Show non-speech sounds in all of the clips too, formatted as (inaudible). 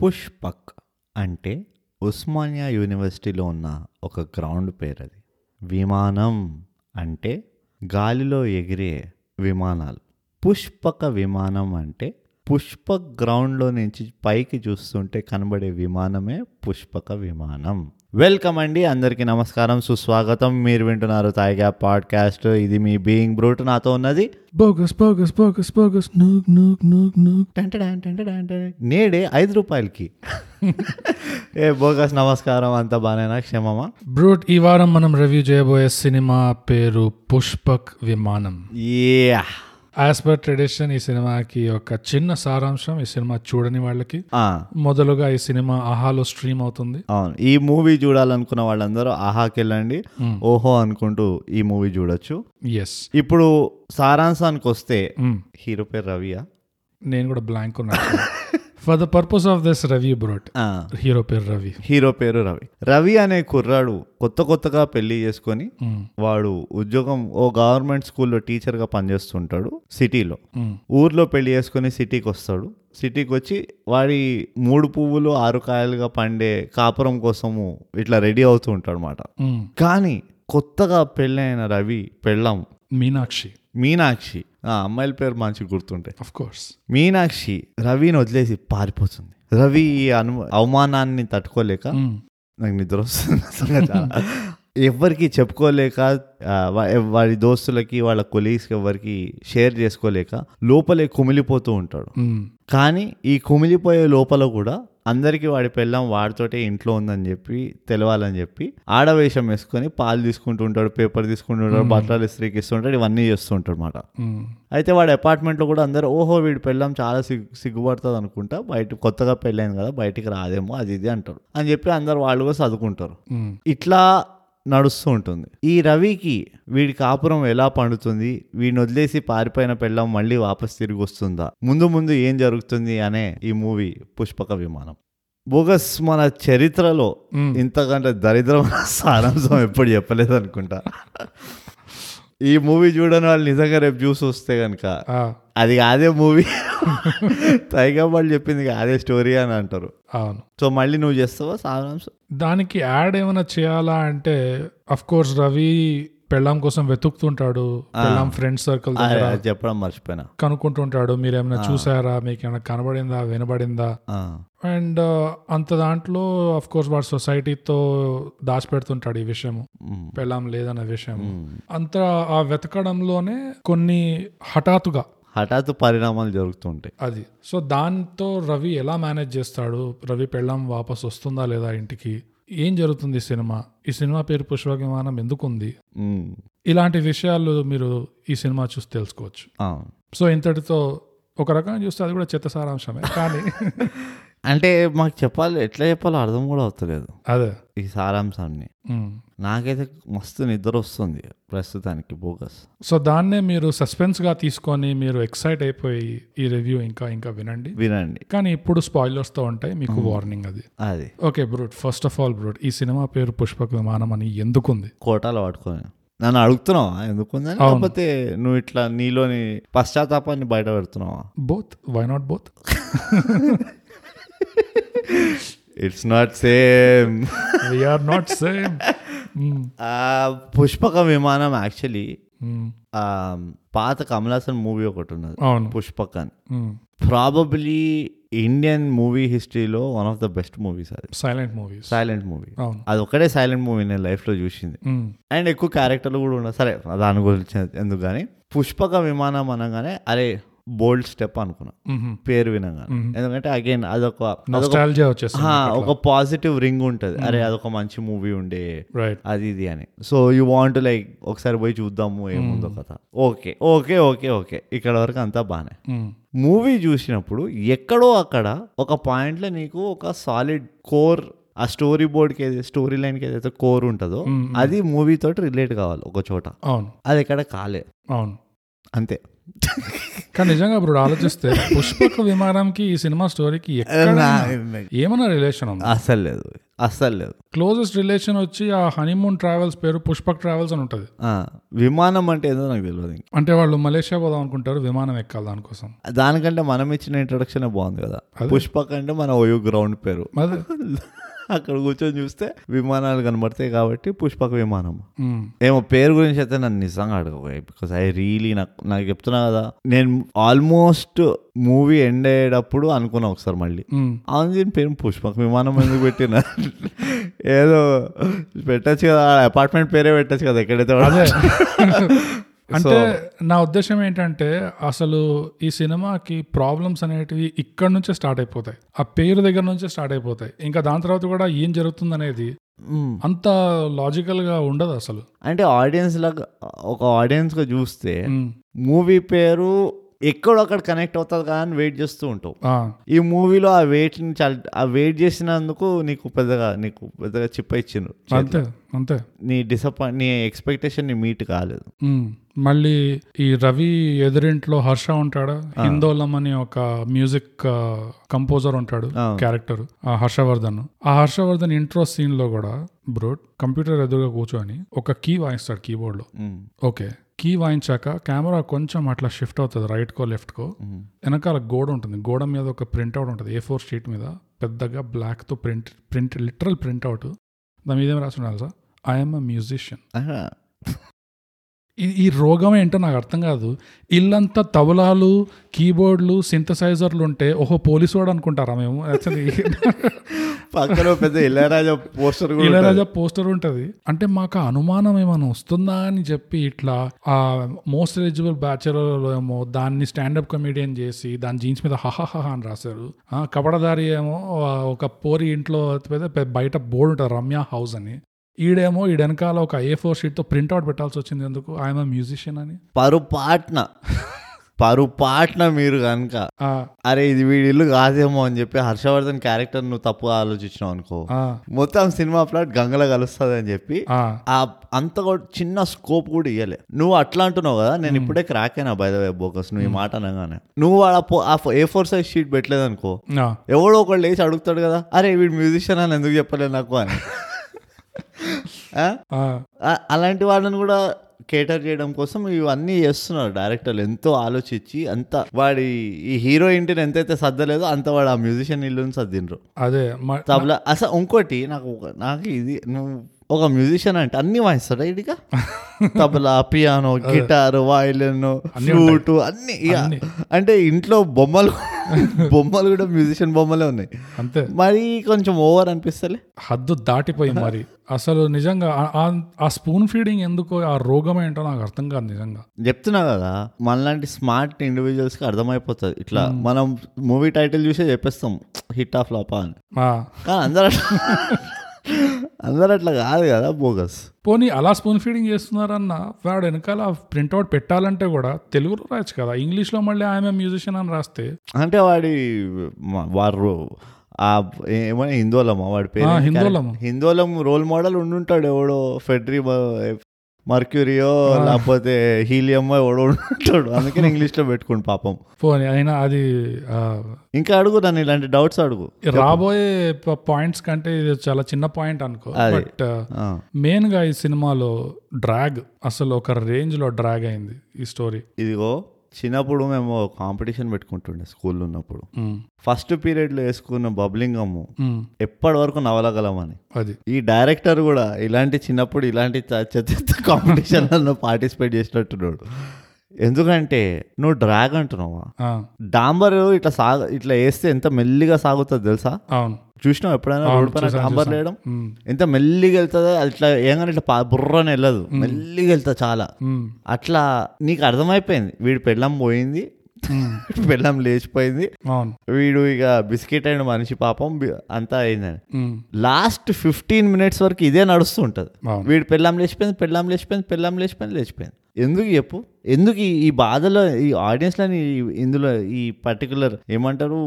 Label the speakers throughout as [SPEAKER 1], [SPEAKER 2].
[SPEAKER 1] పుష్పక్ అంటే ఉస్మానియా యూనివర్సిటీలో ఉన్న ఒక గ్రౌండ్ పేరు అది విమానం అంటే గాలిలో ఎగిరే విమానాలు పుష్పక విమానం అంటే పుష్పక్ గ్రౌండ్లో నుంచి పైకి చూస్తుంటే కనబడే విమానమే పుష్పక విమానం వెల్కమ్ అండి అందరికీ నమస్కారం సుస్వాగతం మీరు వింటున్నారు తాయిగా పాడ్కాస్ట్ ఇది మీ బీయింగ్ బ్రూట్ నాతో ఉన్నది
[SPEAKER 2] బోగస్ బోగస్ బోగస్ బోగస్ నూక్ నూక్ నూక్ నూక్
[SPEAKER 1] టంటడాన్ టంటడాన్ టంటడాన్. నేడే ఐదు రూపాయలకి ఏ బోగస్ నమస్కారం అంతా బానేనా క్షేమమా
[SPEAKER 2] బ్రూట్ ఈ వారం మనం రివ్యూ చేయబోయే సినిమా పేరు Pushpak Vimanam
[SPEAKER 1] yeah
[SPEAKER 2] as per tradition ఈ సినిమాకి ఒక చిన్న సారాంశం ఈ సినిమా చూడని వాళ్ళకి
[SPEAKER 1] ఆ,
[SPEAKER 2] మొదలుగా ఈ సినిమా ఆహాలో స్ట్రీమ్ అవుతుంది
[SPEAKER 1] అవును ఈ మూవీ చూడాలనుకున్న వాళ్ళందరూ ఆహాకి వెళ్ళండి ఓహో అనుకుంటూ ఈ మూవీ చూడొచ్చు
[SPEAKER 2] ఎస్
[SPEAKER 1] ఇప్పుడు సారాంశానికి వస్తే హీరో పేరు రవియా
[SPEAKER 2] Hmm. నేను కూడా బ్లాంక్ ఉన్నాను for the purpose of this Ravi brought
[SPEAKER 1] ఆ,
[SPEAKER 2] హీరో పేరు రవి
[SPEAKER 1] హీరో పేరు రవి రవి అనే కుర్రాడు కొత్త కొత్తగా పెళ్లి చేసుకొని
[SPEAKER 2] మ్,
[SPEAKER 1] వాడు ఉద్యోగం ఓ గవర్నమెంట్ స్కూల్లో టీచర్గా పనిచేస్తుంటాడు సిటీలో
[SPEAKER 2] మ్,
[SPEAKER 1] ఊర్లో పెళ్లి చేసుకుని సిటీకి వస్తాడు సిటీకి వచ్చి వాడి మూడు పువ్వులు ఆరు కాయలుగా పండే కాపురం కోసము ఇట్లా రెడీ అవుతూ ఉంటాడు అనమాట
[SPEAKER 2] మ్.
[SPEAKER 1] కానీ కొత్తగా పెళ్ళైన రవి పెళ్ళం
[SPEAKER 2] మీనాక్షి
[SPEAKER 1] మీనాక్షి ఆ అమ్మాయిల పేరు మంచి గుర్తుంటే
[SPEAKER 2] ఆఫ్ కోర్స్
[SPEAKER 1] మీనాక్షి రవిని వదిలేసి పారిపోతుంది రవి ఈ అను అవమానాన్ని తట్టుకోలేక
[SPEAKER 2] Hmm.
[SPEAKER 1] నాకు నిద్ర వస్తుంది అసలు చాలా. ఎవ్వరికి చెప్పుకోలేక ఆ, వా- వాడి దోస్తులకి వాళ్ళ కొలీగ్స్కి ఎవరికి షేర్ చేసుకోలేక లోపలే కుమిలిపోతూ ఉంటాడు
[SPEAKER 2] Hmm.
[SPEAKER 1] కానీ ఈ కుమిలిపోయే లోపల కూడా అందరికీ వాడి పెళ్ళం వాడితోటే ఇంట్లో ఉందని చెప్పి తెలవాలని చెప్పి ఆడవేషం వేసుకొని పాలు తీసుకుంటూ ఉంటాడు పేపర్ తీసుకుంటుంటాడు బట్టలు ఇస్త్రీకి ఇస్తుంటాడు ఇవన్నీ చేస్తుంటాడు అనమాట
[SPEAKER 2] Hmm.
[SPEAKER 1] అయితే వాడి అపార్ట్మెంట్లో కూడా అందరూ ఓహో వీడి పెళ్ళాం చాలా సిగ్గు సిగ్గుపడుతుంది అనుకుంటా బయట కొత్తగా పెళ్ళైంది కదా బయటికి రాదేమో అది ఇది అంటారు అని చెప్పి అందరు వాళ్ళు కూడా చదువుకుంటారు
[SPEAKER 2] Hmm.
[SPEAKER 1] ఇట్లా నడుస్తూ ఉంటుంది ఈ రవికి వీడి కాపురం ఎలా పండుతుంది వీడిని వదిలేసి పారిపోయిన పెళ్ళం మళ్ళీ వాపస్ తిరిగి వస్తుందా ముందు ముందు ఏం జరుగుతుంది అనే ఈ మూవీ పుష్పక విమానం బోగస్ మన చరిత్రలో ఇంతకంటే దరిద్రమైన సారాంశం ఎప్పుడు చెప్పలేదు అనుకుంటా ఈ మూవీ చూడని వాళ్ళు నిజంగా రేపు చూసి వస్తే కనుక
[SPEAKER 2] Ah,
[SPEAKER 1] అది అదే మూవీ తైగా వాళ్ళు చెప్పింది అదే స్టోరీ అని అంటారు
[SPEAKER 2] అవును
[SPEAKER 1] సో మళ్ళీ నువ్వు చేస్తావా సారాంశం
[SPEAKER 2] దానికి యాడ్ ఏమైనా చేయాలా అంటే అఫ్ కోర్స్ రవి పెళ్ళాం కోసం వెతుకుతుంటాడు పెళ్ళాం ఫ్రెండ్ సర్కిల్
[SPEAKER 1] ఆ,
[SPEAKER 2] దగ్గర
[SPEAKER 1] అది చెప్పడం మర్చిపోయినా
[SPEAKER 2] కనుక్కుంటుంటాడు మీరేమైనా చూసారా మీకు ఏమైనా కనబడిందా వినబడిందా
[SPEAKER 1] ఆ,
[SPEAKER 2] అండ్ అంత దాంట్లో అఫ్ కోర్స్ వాడు సొసైటీతో దాచిపెడుతుంటాడు ఈ విషయం
[SPEAKER 1] మ్,
[SPEAKER 2] పెళ్ళాం లేదన్న విషయం అంత ఆ వెతకడంలోనే కొన్ని హఠాత్తుగా
[SPEAKER 1] హఠాత్తు పరిణామాలు జరుగుతుంటాయి
[SPEAKER 2] అది సో దాంతో రవి ఎలా మేనేజ్ చేస్తాడు రవి పెళ్ళం వాపస్ వస్తుందా లేదా ఇంటికి ఏం జరుగుతుంది ఈ సినిమా ఈ సినిమా పేరు పుష్ప విమానం ఎందుకుంది
[SPEAKER 1] మ్,
[SPEAKER 2] ఇలాంటి విషయాలు మీరు ఈ సినిమా చూసి తెలుసుకోవచ్చు
[SPEAKER 1] అవును
[SPEAKER 2] సో ఇంతటితో ఒక రకంగా చూస్తే అది కూడా చెత్త సారాంశమే కానీ
[SPEAKER 1] అంటే మాకు చెప్పాలి ఎట్లా చెప్పాలో అర్థం కూడా అవుతలేదు
[SPEAKER 2] అదే
[SPEAKER 1] ఈ సారాంశాన్ని
[SPEAKER 2] ఉమ్.
[SPEAKER 1] నాకైతే మస్తు నిద్ర వస్తుంది ప్రస్తుతానికి బోగస్
[SPEAKER 2] సో దాన్నే మీరు సస్పెన్స్ గా తీసుకొని మీరు ఎక్సైట్ అయిపోయి ఈ రివ్యూ ఇంకా ఇంకా వినండి
[SPEAKER 1] వినండి
[SPEAKER 2] కానీ ఇప్పుడు spoilers తో ఉంటాయి మీకు వార్నింగ్ అది
[SPEAKER 1] అది
[SPEAKER 2] okay brute first of all brute ఈ సినిమా పేరు పుష్పక విమానం అని ఎందుకుంది
[SPEAKER 1] కోటాలు పట్టుకొని నన్ను అడుగుతున్నావా ఎందుకుందని
[SPEAKER 2] అవును.
[SPEAKER 1] కాకపోతే నువ్వు ఇట్లా నీలోని పశ్చాత్తాపాన్ని బయట పెడుతున్నావా
[SPEAKER 2] both why not both
[SPEAKER 1] it's not same
[SPEAKER 2] we're not same
[SPEAKER 1] Pushpaka Vimanam actually
[SPEAKER 2] Hmm.
[SPEAKER 1] పాత కమలాసన్ మూవీ ఒకటి ఉన్నది
[SPEAKER 2] అవును Hmm.
[SPEAKER 1] పుష్పక్ అని
[SPEAKER 2] మ్.
[SPEAKER 1] ప్రాబబ్లీ ఇండియన్ మూవీ హిస్టరీలో one of the best movies అది
[SPEAKER 2] సైలెంట్ మూవీస్
[SPEAKER 1] సైలెంట్ మూవీ
[SPEAKER 2] అవును
[SPEAKER 1] అది ఒకటే సైలెంట్ మూవీ నేను లైఫ్లో చూసింది
[SPEAKER 2] మ్.
[SPEAKER 1] అండ్ ఎక్కువ క్యారెక్టర్లు కూడా ఉన్నాయి సరే దాని గురించి ఎందుకు కానీ పుష్పక విమానం అనగానే అరే బోల్డ్ స్టెప్ అనుకున్నా
[SPEAKER 2] మ్హమ్.
[SPEAKER 1] పేరు వినగానే ఎందుకంటే అగైన్ అదొక అదొక
[SPEAKER 2] Nostalgia వచ్చేస్తుంది
[SPEAKER 1] హా, ఒక పాజిటివ్ రింగ్ ఉంటుంది అరే అదొక మంచి మూవీ ఉండే
[SPEAKER 2] రైట్
[SPEAKER 1] అది ఇది అని సో యూ వాంట్ లైక్ ఒకసారి పోయి చూద్దాము ఏముందో కథ ఓకే ఓకే ఓకే ఓకే ఇక్కడ వరకు అంతా బాగానే
[SPEAKER 2] Hmm.
[SPEAKER 1] మూవీ చూసినప్పుడు ఎక్కడో అక్కడ ఒక పాయింట్లో నీకు ఒక సాలిడ్ కోర్ ఆ స్టోరీ బోర్డ్కి ఏదైతే స్టోరీ లైన్కి ఏదైతే కోర్ ఉంటుందో అది మూవీ తోటి రిలేట్ కావాలి ఒక చోట
[SPEAKER 2] అవును
[SPEAKER 1] అది ఎక్కడ కాలే
[SPEAKER 2] అవును
[SPEAKER 1] అంతే
[SPEAKER 2] కానీ నిజంగా ఇప్పుడు ఆలోచిస్తే పుష్పక విమానంకి ఈ సినిమా స్టోరీకి ఎక్కడ ఏమన్నా రిలేషన్ ఉంది
[SPEAKER 1] అసలు లేదు అస్సలు లేదు
[SPEAKER 2] క్లోజెస్ట్ రిలేషన్ వచ్చి ఆ హనీమూన్ ట్రావెల్స్ పేరు పుష్పక్ ట్రావెల్స్ అని ఉంటుంది
[SPEAKER 1] ఆ, విమానం అంటే ఏదో నాకు తెలియదు ఇంక.
[SPEAKER 2] అంటే వాళ్ళు మలేషియా పోదాం అనుకుంటారు విమానం ఎక్కాలి దానికోసం
[SPEAKER 1] దానికంటే మనం ఇచ్చిన ఇంట్రొడక్షన్ బాగుంది కదా
[SPEAKER 2] అదే.
[SPEAKER 1] పుష్పక్ అంటే మన ఓయో గ్రౌండ్ పేరు
[SPEAKER 2] అదే
[SPEAKER 1] అక్కడ కూర్చొని చూస్తే విమానాలు కనబడతాయి కాబట్టి పుష్పక విమానం
[SPEAKER 2] ఉమ్,
[SPEAKER 1] ఏమో పేరు గురించి అయితే నన్ను నిజంగా eh, అడగబోయే బికాస్ ఐ రియలీ నాకు నాకు చెప్తున్నా కదా నేను ఆల్మోస్ట్ మూవీ ఎండ్ అయ్యేటప్పుడు అనుకున్నా ఒకసారి మళ్ళీ
[SPEAKER 2] ఉమ్,
[SPEAKER 1] అవును దీని పేరు పుష్పక విమానం ఎందుకు పెట్టిన ఏదో పెట్టచ్చు కదా అపార్ట్మెంట్ పేరే పెట్టచ్చు కదా ఎక్కడైతే వాడు.
[SPEAKER 2] అదే (laughs) అంటే నా ఉద్దేశం ఏంటంటే అసలు ఈ సినిమాకి ప్రాబ్లమ్స్ అనేటివి ఇక్కడ నుంచే స్టార్ట్ అయిపోతాయి ఆ పేరు దగ్గర నుంచే స్టార్ట్ అయిపోతాయి ఇంకా దాని తర్వాత కూడా ఏం జరుగుతుంది అనేది
[SPEAKER 1] మ్మ్.
[SPEAKER 2] అంత లాజికల్ గా ఉండదు అసలు
[SPEAKER 1] అంటే ఆడియన్స్ లాగా ఒక ఆడియన్స్ గా చూస్తే
[SPEAKER 2] ఉమ్,
[SPEAKER 1] మూవీ పేరు ఎక్కడో అక్కడ కనెక్ట్ అవుతుంది కదా అని వెయిట్ చేస్తూ ఉంటావు
[SPEAKER 2] ఆ,
[SPEAKER 1] ఈ మూవీలో ఆ వెయిట్ చాలా ఆ వెయిట్ చేసినందుకు నీకు పెద్దగా నీకు పెద్దగా చిప్ప ఇచ్చిండ్రు
[SPEAKER 2] అంతే అంతే
[SPEAKER 1] నీ డిసప్పాయింట్ నీ ఎక్స్పెక్టేషన్ నీ మీట్ కాలేదు
[SPEAKER 2] ఉమ్, మళ్ళీ ఈ రవి ఎదురింట్లో హర్ష ఉంటాడా హిందోలం అని ఒక మ్యూజిక్ కంపోజర్ ఉంటాడు
[SPEAKER 1] ఆ.
[SPEAKER 2] క్యారెక్టర్ ఆ హర్షవర్ధన్ ఆ హర్షవర్ధన్ ఇంట్రో సీన్ లో కూడా బ్రో కంప్యూటర్ ఎదురుగా కూర్చొని ఒక కీ వాయిస్తాడు కీబోర్డ్ లో
[SPEAKER 1] మ్మ్.
[SPEAKER 2] ఓకే కీ వాయించాక కెమెరా కొంచెం అట్లా షిఫ్ట్ అవుతుంది రైట్ కో లెఫ్ట్ కో వెనకాల గోడ ఉంటుంది గోడ మీద ఒక ప్రింట్అవుట్ ఉంటుంది ఏ ఫోర్ షీట్ మీద పెద్దగా black తో ప్రింట్ ప్రింట్ లిటరల్ ప్రింట్అవుట్ దాని మీద ఏం రాసి ఉండాలి సార్ ఐఎమ్ అ మ్యూజిషియన్
[SPEAKER 1] ఆహా.
[SPEAKER 2] ఈ- ఈ రోగం ఏంటో నాకు అర్థం కాదు ఇల్లంతా తబలాలు కీబోర్డ్లు సింథసైజర్లు ఉంటే ఓహో పోలీసు వాడు అనుకుంటారా మేము Actually,
[SPEAKER 1] పక్కన ఓ పెద్ద ఇళయరాజా పోస్టర్ కూడా ఉంటుంది.
[SPEAKER 2] ఇళయరాజా పోస్టర్ ఉంటది అంటే మాకు ఆ అనుమానం ఏమైనా వస్తుందా అని చెప్పి ఇట్లా ఆ మోస్ట్ ఎలిజిబుల్ బ్యాచులర్లో ఏమో దాన్ని స్టాండప్ కమెడియన్ చేసి దాని జీన్స్ మీద హహహ అని రాశారు ఆ కపడదారి ఏమో ఆ, ఒక పోరి ఇంట్లో పెద్ద- పెద్ద బయట బోర్డు ఉంటుంది రమ్య హౌస్ అని ఈడేమో ఈ వెనకాల ఒక ఏ ఫోర్ షీట్తో ప్రింట్అవుట్ పెట్టాల్సి వచ్చింది ఎందుకు ఐఎమ్ మ్యూజిషియన్ అని
[SPEAKER 1] పరుపాట్న పరుపాట్న మీరు కనుక
[SPEAKER 2] ఆ,
[SPEAKER 1] అరే ఇది వీడి ఇల్లు కాదేమో అని చెప్పి హర్షవర్ధన్ క్యారెక్టర్ నువ్వు తప్పుగా ఆలోచించినావు అనుకో
[SPEAKER 2] ఆ,
[SPEAKER 1] మొత్తం సినిమా ప్లాట్ గంగలో కలుస్తుంది అని చెప్పి
[SPEAKER 2] ఆ,
[SPEAKER 1] ఆ అంత కూడా చిన్న స్కోప్ కూడా ఇవ్వలే నువ్వు అట్లా అంటున్నావు కదా నేను ఇప్పుడే క్రాక్ అయినా బై ద వే బోకస్ నువ్వు ఈ మాట అనగానే నువ్వు వాడు ఆ పో- ఆ ఏ ఫోర్ సైజ్ షీట్ పెట్టలేదు అనుకో
[SPEAKER 2] ఆ.
[SPEAKER 1] ఎవడో ఒకళ్ళు లేచి అడుగుతాడు కదా అరే వీడు మ్యూజిషియన్ అని ఎందుకు చెప్పలేదు నాకు అని ఆ?
[SPEAKER 2] ఆ,
[SPEAKER 1] ఆ- అలాంటి వాళ్ళని కూడా కేటర్ చేయడం కోసం ఇవన్నీ చేస్తున్నారు డైరెక్టర్లు ఎంతో ఆలోచించి అంత వాడి ఈ హీరో ఇంటిని ఎంతైతే సర్దలేదో అంత వాడు ఆ మ్యూజిషియన్ ఇల్లుని సర్దిండ్రు
[SPEAKER 2] అదే మ-
[SPEAKER 1] తబలా అసలు ఇంకోటి నాకు ఒక- నాకు ఇది నువ్వు ఒక మ్యూజిషియన్ అంటే అన్ని వాయిస్తాడా ఇదిగా tabla piano guitar violin flute అన్ని ఇక అంటే ఇంట్లో బొమ్మలు బొమ్మలు కూడా మ్యూజిషియన్ బొమ్మలే ఉన్నాయి
[SPEAKER 2] అంతే
[SPEAKER 1] మరి కొంచెం ఓవర్ అనిపిస్తలే
[SPEAKER 2] హద్దు దాటిపోయి మరి అసలు నిజంగా ఆ- ఆ- ఆ స్పూన్ ఫీడింగ్ ఎందుకో ఆ రోగం ఏంటో నాకు అర్థం కాదు నిజంగా
[SPEAKER 1] చెప్తున్నా కదా మనలాంటి స్మార్ట్ ఇండివిజువల్స్కి అర్థమైపోతుంది ఇట్లా మనం మూవీ టైటిల్ చూసే చెప్పేస్తాం హిట్ ఆఫ్ లాపా అని
[SPEAKER 2] ఆ,
[SPEAKER 1] కానీ అందరూ అట్లా (laughs) అందరూ అట్లా కాదు కదా బోగస్
[SPEAKER 2] పోనీ అలా స్పూన్ ఫీడింగ్ చేస్తున్నారన్న వాడు వెనకాల ప్రింట్అవుట్ పెట్టాలంటే కూడా తెలుగులో రాయొచ్చు కదా ఇంగ్లీష్లో మళ్ళీ ఆమె మ్యూజిషియన్ అని రాస్తే
[SPEAKER 1] అంటే వాడి మ- వారు ఆ ఏమైనా హిందోళం వాడి
[SPEAKER 2] ఆ,
[SPEAKER 1] పేరు
[SPEAKER 2] హిందోళం
[SPEAKER 1] హిందోళం రోల్ మోడల్ ఉండుంటాడు ఎవడో ఫెడ్రీ మర్క్యూరియో లేకపోతే హీలియమో ఎవడో ఉండుంటాడు అందుకని ఇంగ్లీష్లో పెట్టుకోండి పాపం
[SPEAKER 2] పోనీ అయినా అది ఆ,
[SPEAKER 1] ఇంకా అడుగు నన్ను ఇలాంటి డౌట్స్ అడుగు
[SPEAKER 2] రాబోయే పాయింట్స్ కంటే ఇది చాలా చిన్న పాయింట్ అనుకో
[SPEAKER 1] అది.
[SPEAKER 2] బట్
[SPEAKER 1] ఆ.
[SPEAKER 2] మెయిన్ గా ఈ సినిమాలో డ్రాగ్ అసలు ఒక రేంజ్ లో డ్రాగ్ అయింది ఈ స్టోరీ
[SPEAKER 1] ఇదిగో చిన్నప్పుడు మేము కాంపిటీషన్ పెట్టుకుంటుండే స్కూల్లో ఉన్నప్పుడు ఫస్ట్ పీరియడ్లో వేసుకున్న బబ్లింగ్ అమ్ము ఎప్పటి వరకు నవలగలమని
[SPEAKER 2] అది
[SPEAKER 1] ఈ డైరెక్టర్ కూడా ఇలాంటి చిన్నప్పుడు ఇలాంటి చ- చెత్త చెత్త కాంపిటీషన్లలో పార్టిసిపేట్ చేసినట్టున్నాడు ఎందుకంటే నువ్వు డ్రాగ్ అంటున్నావా
[SPEAKER 2] ఆ,
[SPEAKER 1] డాంబర్ ఇట్లా సాగ ఇట్లా వేస్తే ఎంత మెల్లిగా సాగుతుంది తెలుసా
[SPEAKER 2] అవును
[SPEAKER 1] చూసినావు ఎప్పుడైనా రోడ్డు పైన
[SPEAKER 2] చూసాను,
[SPEAKER 1] డాంబర్
[SPEAKER 2] చూసాను.
[SPEAKER 1] వేయడం
[SPEAKER 2] ఉమ్,
[SPEAKER 1] ఎంత మెల్లిగా వెళ్తుందో అట్లా ఏంగానే ఇట్లా పా- బుర్రని వెళ్ళదు మెల్లిగా వెళ్తా చాలా
[SPEAKER 2] ఉమ్,
[SPEAKER 1] అట్లా నీకు అర్థమైపోయింది వీడు పెళ్ళం పోయింది (laughs)
[SPEAKER 2] ఉమ్,
[SPEAKER 1] పెళ్ళం లేచిపోయింది
[SPEAKER 2] అవును
[SPEAKER 1] వీడు ఇక బిస్కెట్ అండ్ మనిషి పాపం బి- అంతా అయిందని
[SPEAKER 2] ఉమ్,
[SPEAKER 1] లాస్ట్ ఫిఫ్టీన్ మినిట్స్ వరకు ఇదే నడుస్తూ ఉంటుంది
[SPEAKER 2] అవును
[SPEAKER 1] వీడు పెళ్ళం లేచిపోయింది పెళ్ళం లేచిపోయింది పెళ్ళం లేచిపోయింది లేచిపోయింది ఎందుకు చెప్పు ఎందుకు ఈ- ఈ బాధలో ఈ ఆడియన్స్లని ఇందులో ఈ పర్టికులర్ ఏమంటారు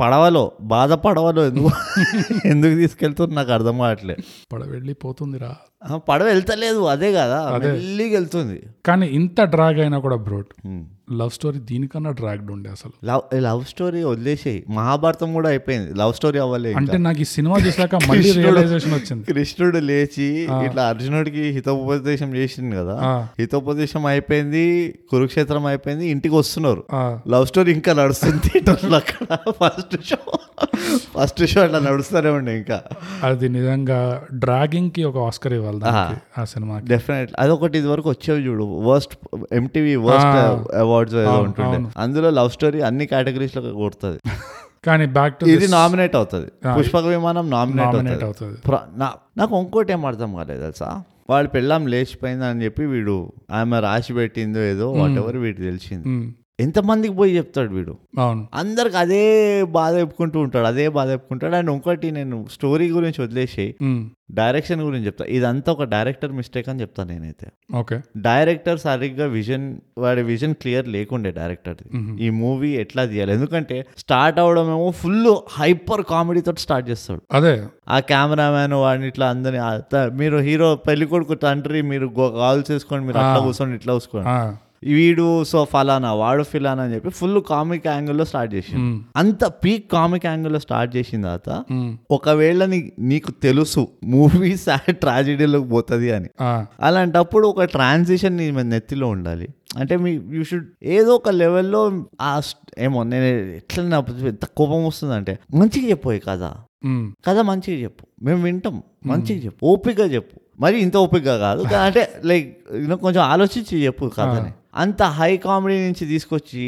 [SPEAKER 1] పడవలో బాధ పడవలో ఎందుకు (laughs) ఎందుకు తీసుకెళ్తున్నారు నాకు అర్థం కావట్లే
[SPEAKER 2] పడ వెళ్ళిపోతుందిరా
[SPEAKER 1] ఆ, పడవ వెళ్తలేదు అదే కదా మెల్లిగా వెళ్తుంది
[SPEAKER 2] కానీ ఇంత డ్రాగ్ అయినా కూడా బ్రోట్
[SPEAKER 1] ఉమ్.
[SPEAKER 2] లవ్ స్టోరీ దీనికన్నా డ్రాగ్డ్ ఉండే అసలు
[SPEAKER 1] లవ్ లవ్ స్టోరీ వదిలేసేయి మహాభారతం కూడా అయిపోయింది లవ్ స్టోరీ అవ్వలేదు
[SPEAKER 2] అంటే నాకు ఈ సినిమా చూసాక మళ్ళీ రియలైజేషన్ వచ్చింది
[SPEAKER 1] కృష్ణుడు లేచి ఇట్లా అర్జునుడికి హితోపదేశం చేసిండు కదా
[SPEAKER 2] ఆ.
[SPEAKER 1] హితోపదేశం అయిపోయింది కురుక్షేత్రం అయిపోయింది ఇంటికి వస్తున్నారు
[SPEAKER 2] ఆ,
[SPEAKER 1] లవ్ స్టోరీ ఇంకా నడుస్తుంది theatreలో అక్కడ ఫస్ట్ షో ఫస్ట్ షో అట్లా నడుస్తూనే ఉండే ఇంకా
[SPEAKER 2] అది నిజంగా డ్రాగింగ్ కి ఒక ఆస్కర్ ఇవ్వాలి దానికి, ఆ సినిమాకి
[SPEAKER 1] డెఫినెట్ అదొకటి ఇది వరకు వచ్చేవి చూడు వర్స్ట్ ఎంటీవీ వర్స్ట్ అవార్డ్స్ ఏదో ఉంటుండే అందులో లవ్ స్టోరీ అన్ని కేటగిరీస్ లో కొడుతుంది
[SPEAKER 2] కానీ బ్యాక్ టు
[SPEAKER 1] ఇది నామినేట్ అవుతుంది పుష్పక విమానం నామినేట్ అవుతుంది
[SPEAKER 2] నామినేట్ అవుతుంది
[SPEAKER 1] ప్ర- నా- నాకు ఇంకోటి ఏం అర్థం కాలేదు తెలుసా వాళ్ళ పెళ్ళాం లేచిపోయింది అని చెప్పి వీడు ఆమె రాసి పెట్టిందో ఏదో వాట్ ఎవర్ వీడు తెలిసింది
[SPEAKER 2] ఉమ్,
[SPEAKER 1] ఎంతమందికి పోయి చెప్తాడు వీడు
[SPEAKER 2] అవును
[SPEAKER 1] అందరికి అదే బాధ చెప్పుకుంటూ ఉంటాడు అదే బాధ చెప్పుకుంటాడు అండ్ ఇంకోటి నేను స్టోరీ గురించి వదిలేసి
[SPEAKER 2] ఉమ్,
[SPEAKER 1] డైరెక్షన్ గురించి చెప్తా ఇదంతా ఒక డైరెక్టర్ మిస్టేక్ అని చెప్తాను నేనైతే
[SPEAKER 2] ఓకే
[SPEAKER 1] డైరెక్టర్ సరిగ్గా విజన్ వాడి విజన్ క్లియర్ లేకుండే డైరెక్టర్ది ఈ మూవీ ఎట్లా తీయాలి ఎందుకంటే స్టార్ట్ అవడమేమో ఫుల్ హైపర్ కామెడీతో స్టార్ట్ చేస్తాడు
[SPEAKER 2] అదే
[SPEAKER 1] ఆ కెమెరామ్యాన్ వాడిని ఇట్లా అందరిని ఆ త- మీరు హీరో పెళ్లి కొడుకు తండ్రి మీరు కాల్ చేసుకోండి మీరు అట్లా కూర్చోండి ఇట్లా కూర్చోండి
[SPEAKER 2] ఆ,
[SPEAKER 1] వీడు సో ఫలానా వాడు ఫిలానా అని చెప్పి ఫుల్ కామిక్ యాంగిల్లో స్టార్ట్ చేసింది
[SPEAKER 2] ఉమ్,
[SPEAKER 1] అంత పీక్ కామిక్ యాంగిల్లో స్టార్ట్ చేసిన తర్వాత
[SPEAKER 2] ఉమ్,
[SPEAKER 1] ఒకవేళ నీ నీకు తెలుసు మూవీ సాడ్ (laughs) ట్రాజెడీలోకి పోతుంది అని
[SPEAKER 2] ఆ,
[SPEAKER 1] అలాంటప్పుడు ఒక ట్రాన్సిషన్ నీ మీద నెత్తిలో ఉండాలి అంటే మీ యూ షుడ్ ఏదో ఒక లెవెల్లో ఆ స్ట్- ఏమో నేను ఎట్లా నా ఎంత కోపం వస్తుందంటే మంచిగా చెప్పోయి కదా
[SPEAKER 2] ఉమ్,
[SPEAKER 1] కథ మంచిగా చెప్పు మేము వింటాం మంచిగా చెప్పు ఓపికగా చెప్పు మరి ఇంత ఓపికగా కాదు కా- అంటే లైక్ యూనో కొంచెం ఆలోచించి చెప్పు కథని అంత హై కామెడీ నుంచి తీసుకొచ్చి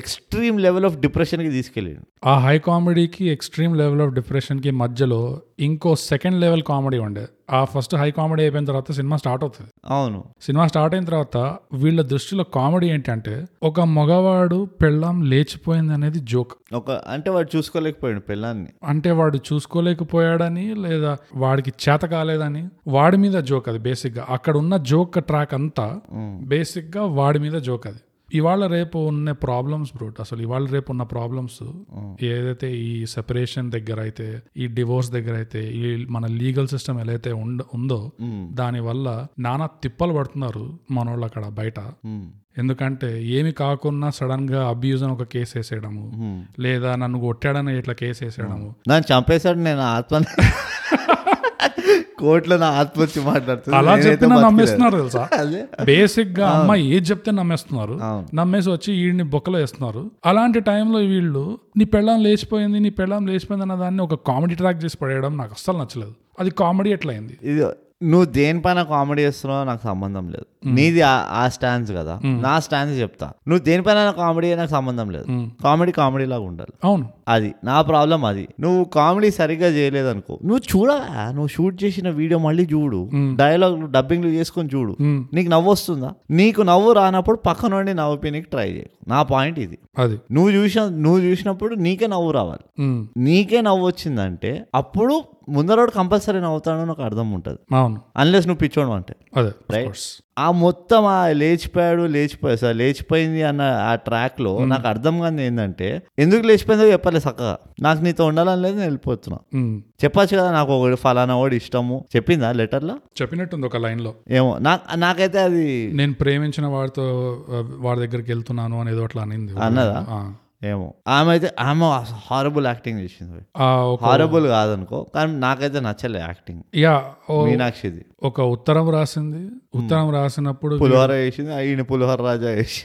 [SPEAKER 1] ఎక్స్ట్రీమ్ లెవెల్ ఆఫ్ డిప్రెషన్కి తీసుకెళ్ళాడు
[SPEAKER 2] ఆ హై కామెడీకి ఎక్స్ట్రీమ్ లెవెల్ ఆఫ్ డిప్రెషన్ కి మధ్యలో ఇంకో సెకండ్ లెవెల్ కామెడీ ఉండే ఆ ఫస్ట్ హై కామెడీ అయిపోయిన తర్వాత సినిమా స్టార్ట్ అవుతుంది
[SPEAKER 1] అవును
[SPEAKER 2] సినిమా స్టార్ట్ అయిన తర్వాత వీళ్ళ దృష్టిలో కామెడీ ఏంటంటే ఒక మగవాడు పెళ్ళాం లేచిపోయింది అనేది జోక్
[SPEAKER 1] ఒక అంటే వాడు చూసుకోలేకపోయాడు పిల్లాన్ని
[SPEAKER 2] అంటే వాడు చూసుకోలేకపోయాడని లేదా వాడికి చేత కాలేదని వాడి మీద జోక్ అది బేసిక్ గా అక్కడ ఉన్న జోక్ ట్రాక్ అంతా బేసిక్ గా వాడి మీద జోక్ అది ఇవాళ రేపు ఉన్న ప్రాబ్లమ్స్ బ్రోట్ అసలు ఇవాళ రేపు ఉన్న ప్రాబ్లమ్స్ ఏదైతే ఈ సెపరేషన్ దగ్గర అయితే ఈ డివోర్స్ దగ్గర అయితే ఈ మన లీగల్ సిస్టమ్ ఎలా అయితే ఉండ- ఉందో దాని వల్ల నానా తిప్పలు పడుతున్నారు మనోళ్ళు అక్కడ బయట
[SPEAKER 1] Hmm.
[SPEAKER 2] ఎందుకంటే ఏమి కాకున్నా సడన్ గా అబ్యూజ్ అని ఒక కేసు వేసేయడము లేదా నన్ను కొట్టాడని ఇట్లా కేసు వేసేయడము
[SPEAKER 1] నన్ను చంపేశాడు నేను ఆత్మ కోర్టులో నా ఆత్మ వచ్చి
[SPEAKER 2] అలా
[SPEAKER 1] మాట్లాడుతున్నాను
[SPEAKER 2] చెప్తున్నా నమ్మేస్తున్నారు తెలుసా బేసిక్ గా అమ్మాయి ఏది చెప్తే నమ్మేస్తున్నారు నమ్మేసి వచ్చి వీడిని బొక్కలో వేస్తున్నారు అలాంటి టైంలో వీళ్ళు నీ పెళ్ళాం లేచిపోయింది నీ పెళ్ళాం లేచిపోయింది అన్న దాన్ని ఒక కామెడీ ట్రాక్ చేసి పడేయడం నాకు అస్సలు నచ్చలేదు అది కామెడీ ఎట్లయింది
[SPEAKER 1] ఇది నువ్వు దేనిపైన కామెడీ చేస్తున్నావో నాకు సంబంధం లేదు నీది ఆ- ఆ స్టాన్స్ కదా నా స్టాన్స్ చెప్తా నువ్వు దేనిపైన కామెడీ నాకు సంబంధం లేదు కామెడీ కామెడీ లాగా ఉండాలి
[SPEAKER 2] అవును
[SPEAKER 1] అది నా ప్రాబ్లం అది నువ్వు కామెడీ సరిగ్గా చేయలేదు అనుకో నువ్వు చూడవా నువ్వు షూట్ చేసిన వీడియో మళ్ళీ చూడు డైలాగ్ డబ్బింగ్లు చేసుకొని చూడు
[SPEAKER 2] Hmm.
[SPEAKER 1] నీకు నవ్వు వస్తుందా నీకు నవ్వు రానప్పుడు పక్కనుండి నవ్వు నీకు ట్రై చేయ నా పాయింట్ ఇది
[SPEAKER 2] అది
[SPEAKER 1] నువ్వు చూసిన నువ్వు చూసినప్పుడు నీకే నవ్వు రావాలి
[SPEAKER 2] ఉమ్,
[SPEAKER 1] నీకే నవ్వు వచ్చిందంటే అప్పుడు ముందరోడు కంపల్సరీ నవ్వుతాడని నాకు అర్థం ఉంటుంది
[SPEAKER 2] అవును
[SPEAKER 1] అన్లెస్ నువ్వు పిచ్చోడు అంటే
[SPEAKER 2] అదే of
[SPEAKER 1] Right.
[SPEAKER 2] course.
[SPEAKER 1] ఆ మొత్తం ఆ లేచిపోయాడు లేచిపోయా సార్ లేచిపోయింది అన్న ఆ track లో నాకు అర్థం కాని ఏంటంటే ఎందుకు లేచిపోయిందో చెప్పలే చక్కగా నాకు నీతో ఉండాలని లేదు నేను వెళ్ళిపోతున్నా
[SPEAKER 2] ఉమ్,
[SPEAKER 1] చెప్పచ్చు కదా నాకు ఒకటి ఫలానా వాడు ఇష్టము చెప్పిందా లెటర్లో
[SPEAKER 2] చెప్పినట్టుంది ఒక లైన్ లో
[SPEAKER 1] ఏమో నాకు నాకైతే అది
[SPEAKER 2] నేను ప్రేమించిన వాడితో ఆ, వాడి దగ్గరికి వెళ్తున్నాను అనేదో అట్లా అనింది
[SPEAKER 1] అన్నదా?
[SPEAKER 2] ఆ.
[SPEAKER 1] ఏమో ఆమె అయితే ఆమె హారబుల్ యాక్టింగ్ చేసింది
[SPEAKER 2] ఆ, ఒక-
[SPEAKER 1] హారబుల్ కాదనుకో కానీ నాకైతే నచ్చలే యాక్టింగ్
[SPEAKER 2] యా ఓ
[SPEAKER 1] మీనాక్షిది
[SPEAKER 2] ఒక ఉత్తరం రాసింది ఉత్తరం రాసినప్పుడు
[SPEAKER 1] పులిహోర వేసింది ఈయన పులిహోర రాజా వేసి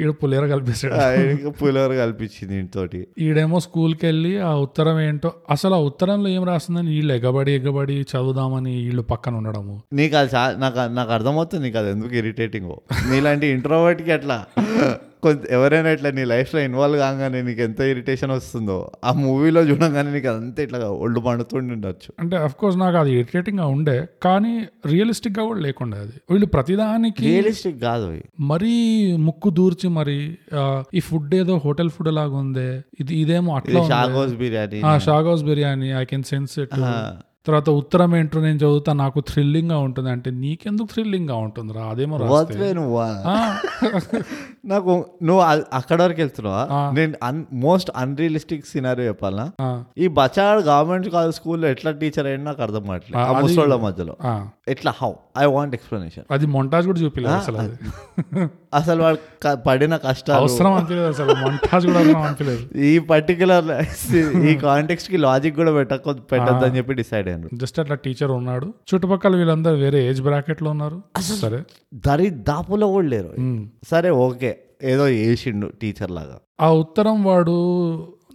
[SPEAKER 2] ఈడు పులేర కల్పిస్తాడు
[SPEAKER 1] ఆయనకి పులిహోర కల్పించింది ఇంటితోటి
[SPEAKER 2] ఈడేమో స్కూల్కి వెళ్ళి ఆ ఉత్తరం ఏంటో అసలు ఆ ఉత్తరంలో ఏం రాసిందని వీళ్ళు ఎగబడి ఎగబడి చదువుదామని వీళ్ళు పక్కన ఉండడము
[SPEAKER 1] నీకు అది చా- నాకు నాకు అర్థమవుతుంది నీకు అది ఎందుకు ఇరిటేటింగ్ నీలాంటి ఇంట్రోవర్ట్కి అట్లా కొంత ఎవరైనా ఇట్లా నీ లైఫ్లో ఇన్వాల్వ్ కాగానే నీకు ఎంత ఇరిటేషన్ వస్తుందో ఆ మూవీలో చూడగానే నీకు అంతే ఇట్లా ఒళ్ళు పండుతుండి ఉండొచ్చు
[SPEAKER 2] అంటే అఫ్ కోర్స్ నాకు అది irritating గా ఉండే కానీ రియలిస్టిక్ గా కూడా లేకుండా అది వీళ్ళు ప్రతిదానికి
[SPEAKER 1] రియలిస్టిక్ కాదు అవి
[SPEAKER 2] మరీ ముక్కు దూర్చి మరి ఆ, ఈ ఫుడ్ ఏదో హోటల్ ఫుడ్ లాగా ఉంది ఇది ఇదేమో అట్లా
[SPEAKER 1] ఇది షాగోస్ biryani
[SPEAKER 2] షాగోస్ biryani I can sense it తర్వాత ఉత్తరం ఏంటో నేను చదువుతా నాకు థ్రిల్లింగ్ గా ఉంటుంది అంటే నీకెందుకు థ్రిల్లింగ్ గా ఉంటుందిరా అదేమో
[SPEAKER 1] (laughs)
[SPEAKER 2] రాస్తే.
[SPEAKER 1] వాత్వే నువ్వా
[SPEAKER 2] ఆ,
[SPEAKER 1] నాకు నువ్వు అ- అక్కడ వరకు వెళ్తున్నావా
[SPEAKER 2] ఆ.
[SPEAKER 1] నేను మోస్ట్ అన్రియలిస్టిక్ సినారీ చెప్పాలనా
[SPEAKER 2] ఆ,
[SPEAKER 1] ఈ బచాడ్ గవర్నమెంట్ కాలేజ్ స్కూల్లో ఎట్లా టీచర్ అయినా నాకు అర్థం కావట్లేదు ఆ
[SPEAKER 2] అది-
[SPEAKER 1] ముసలోళ్ళ మధ్యలో
[SPEAKER 2] ఆ.
[SPEAKER 1] ఎట్లా హౌ ఐ వాంట్ ఎక్స్ప్లెనేషన్
[SPEAKER 2] అది మొంటాజ్ కూడా చూపిలేదు అసలు అది
[SPEAKER 1] అసలు వాడు క- పడిన కష్టాలు
[SPEAKER 2] అవసరం అనిపించలేదు అసలు మొంటాజ్ కూడా అవసరం అనిపించలేదు
[SPEAKER 1] ఈ పర్టికులర్ (laughs) ఈ కాంటెక్స్ట్ కి లాజిక్ కూడా పెట్టక పెట్టద్దని చెప్పి డిసైడ్ అయ్యాను
[SPEAKER 2] జస్ట్ అట్లా టీచర్ ఉన్నాడు చుట్టుపక్కల వీళ్ళందరూ వేరే ఏజ్ బ్రాకెట్ లో ఉన్నారు సరే
[SPEAKER 1] దరిదాపులో కూడా లేరు
[SPEAKER 2] ఉమ్.
[SPEAKER 1] సరే ఓకే ఏదో చేసిండు టీచర్ లాగా
[SPEAKER 2] ఆ ఉత్తరం వాడు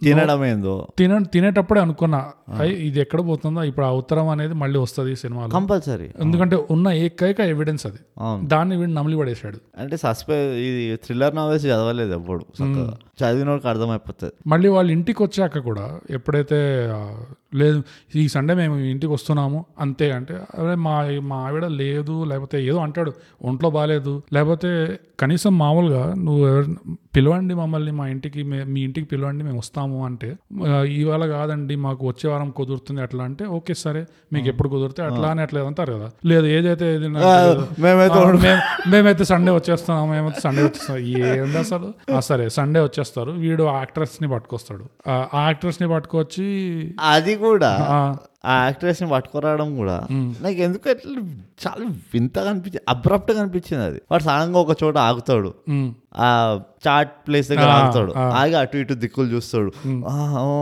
[SPEAKER 1] తినడం ఏందో
[SPEAKER 2] తిన తినేటప్పుడే అనుకున్నా "అయ్, ఇది ఎక్కడ పోతుందో ఇప్పుడు ఆ ఉత్తరం అనేది మళ్ళీ వస్తుంది ఈ సినిమాలో
[SPEAKER 1] కంపల్సరీ
[SPEAKER 2] ఎందుకంటే ఉన్న ఏకైక ఎవిడెన్స్ అది
[SPEAKER 1] అవును
[SPEAKER 2] దాన్ని వీడు నమిలి పడేశాడు
[SPEAKER 1] అంటే సస్పె ఇది థ్రిల్లర్ నావెల్స్ చదవలేదు ఎప్పుడు చక్కగా చదివినోడికి అర్థమైపోతుంది
[SPEAKER 2] మళ్ళీ వాళ్ళ ఇంటికి వచ్చాక కూడా ఎప్పుడైతే ఆ, లేదు ఈ సండే మేము ఇంటికి వస్తున్నాము అంతే అంటే అరే మా మా ఆవిడ లేదు లేకపోతే ఏదో అంటాడు ఒంట్లో బాగాలేదు లేకపోతే కనీసం మామూలుగా నువ్వు ఎవరి పిలవండి మమ్మల్ని మా ఇంటికి మే- మీ ఇంటికి పిలవండి మేము వస్తాము అంటే "ఆ, ఇవాళ కాదండి మాకు వచ్చే వారం కుదురుతుంది అట్లా అంటే ఓకే సరే మీకు ఎప్పుడు కుదిరితే అట్లా అని అట్లా అంటారు కదా లేదు ఏదైతే ఏది నాకు తెలియదు."
[SPEAKER 1] మేమైతే
[SPEAKER 2] ఆ, మేం- మేమైతే సండే వచ్చేస్తున్నాం మేమైతే సండే వచ్చేస్తున్నాం ఏంది అసలు ఆ, సరే సండే వచ్చేస్తారు వీడు ఆ యాక్ట్రెస్ ని పట్టుకొస్తాడు ఆ యాక్ట్రెస్ ని పట్టుకొచ్చి
[SPEAKER 1] అది కూడా
[SPEAKER 2] ఆ,
[SPEAKER 1] ఆ యాక్ట్రెస్ ని పట్టుకురావడం కూడా నాకు ఎందుకు ఎట్లా చాలా వింతగా అనిపించింది అబ్రప్ట్ గా అనిపించింది అది వాడు సడన్గా ఒక చోట ఆగుతాడు
[SPEAKER 2] ఉమ్,
[SPEAKER 1] ఆ చాట్ ప్లేస్ దగ్గర
[SPEAKER 2] ఆ,
[SPEAKER 1] ఆగుతాడు
[SPEAKER 2] ఆ.
[SPEAKER 1] ఆగి అటు ఇటు దిక్కులు చూస్తాడు ఆ, ఓ,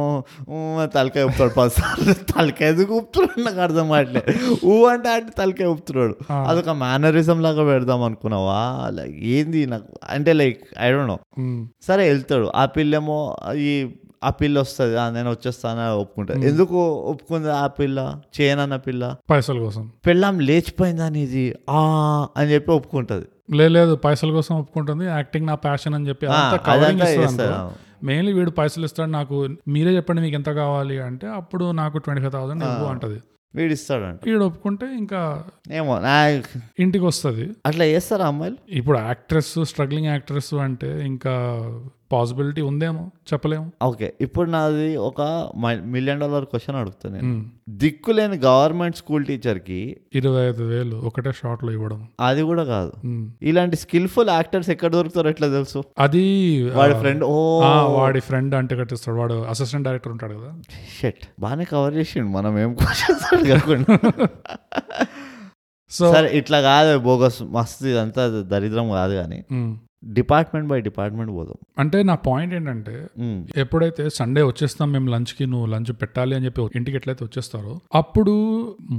[SPEAKER 1] ఊ అని తలకాయ ఊపుతాడు పది సార్లు తలకాయ ఎందుకు ఊపుతున్నాడు నాకు అర్థం కావట్లే ఊ అంటే అంటే తలకాయ ఊపుతున్నాడు అదొక మేనరిజం లాగా పెడదాం అనుకున్నావా లైక్ ఏంది నాకు అంటే like I don't know
[SPEAKER 2] um,
[SPEAKER 1] సరే వెళ్తాడు ఆ పిల్లేమో ఈ ఆ పిల్ల వస్తుంది నేను వచ్చేస్తాను అని ఒప్పుకుంటా ఎందుకు ఒప్పుకుంది ఆ పిల్ల చేయను అన్న పిల్ల
[SPEAKER 2] పైసల కోసం
[SPEAKER 1] పెళ్ళాం లేచిపోయిందని ఇది ఆ అని చెప్పి ఒప్పుకుంటది
[SPEAKER 2] లే- లేదు పైసల కోసం ఒప్పుకుంటుంది యాక్టింగ్ నా ప్యాషన్ అని చెప్పి అదంతా
[SPEAKER 1] అదంతా
[SPEAKER 2] covering ఇస్తుంది
[SPEAKER 1] చేస్తారు.
[SPEAKER 2] అనుకో. మెయిన్లీ వీడు పైసలు ఇస్తాడు నాకు మీరే చెప్పండి మీకు ఎంత కావాలి అంటే అప్పుడు నాకు ట్వంటీ ఫైవ్ థౌసండ్ ఇవ్వు అంటది
[SPEAKER 1] వీడు ఇస్తాడంట
[SPEAKER 2] వీడు ఒప్పుకుంటే ఇంకా
[SPEAKER 1] ఏమో నా
[SPEAKER 2] ఇంటికి వస్తుంది
[SPEAKER 1] అట్లా చేస్తారా అమ్మాయిలు
[SPEAKER 2] ఇప్పుడు యాక్ట్రెస్ స్ట్రగ్లింగ్ యాక్ట్రెస్ అంటే ఇంకా పాసిబిలిటీ ఉందేమో చెప్పలేము
[SPEAKER 1] ఓకే ఇప్పుడు నాది ఒక మిలియన్ డాలర్ క్వశ్చన్ అడుగుతా నేను
[SPEAKER 2] ఉమ్.
[SPEAKER 1] దిక్కులేని గవర్నమెంట్ స్కూల్ టీచర్కి
[SPEAKER 2] ఇరవై ఐదు వేలు ఒకటే షాట్ లో ఇవ్వడం
[SPEAKER 1] అది కూడా కాదు
[SPEAKER 2] ఉమ్.
[SPEAKER 1] ఇలాంటి స్కిల్ఫుల్ యాక్టర్స్ ఎక్కడ దొరుకుతారో ఎట్లా తెలుసు
[SPEAKER 2] అది
[SPEAKER 1] వాడి ఫ్రెండ్ ఓ
[SPEAKER 2] ఆ, వాడి ఫ్రెండ్ అంటే కట్టిస్తాడు వాడు అసిస్టెంట్ డైరెక్టర్ ఉంటాడు కదా
[SPEAKER 1] షెట్ బాగానే కవర్ చేసిండు మనం ఏం క్వశ్చన్స్ అడగకుండా
[SPEAKER 2] సో
[SPEAKER 1] సరే ఇట్లా కాదు బోగస్ మస్తు ఇదంతా దరిద్రం కాదు కానీ డిపార్ట్మెంట్ బై డిపార్ట్మెంట్ పోదాం
[SPEAKER 2] అంటే నా పాయింట్ ఏంటంటే
[SPEAKER 1] ఉమ్,
[SPEAKER 2] ఎప్పుడైతే సండే వచ్చేస్తాం మేము లంచ్ కి నువ్వు లంచ్ పెట్టాలి అని చెప్పి ఇంటికి ఎట్లయితే వచ్చేస్తారో అప్పుడు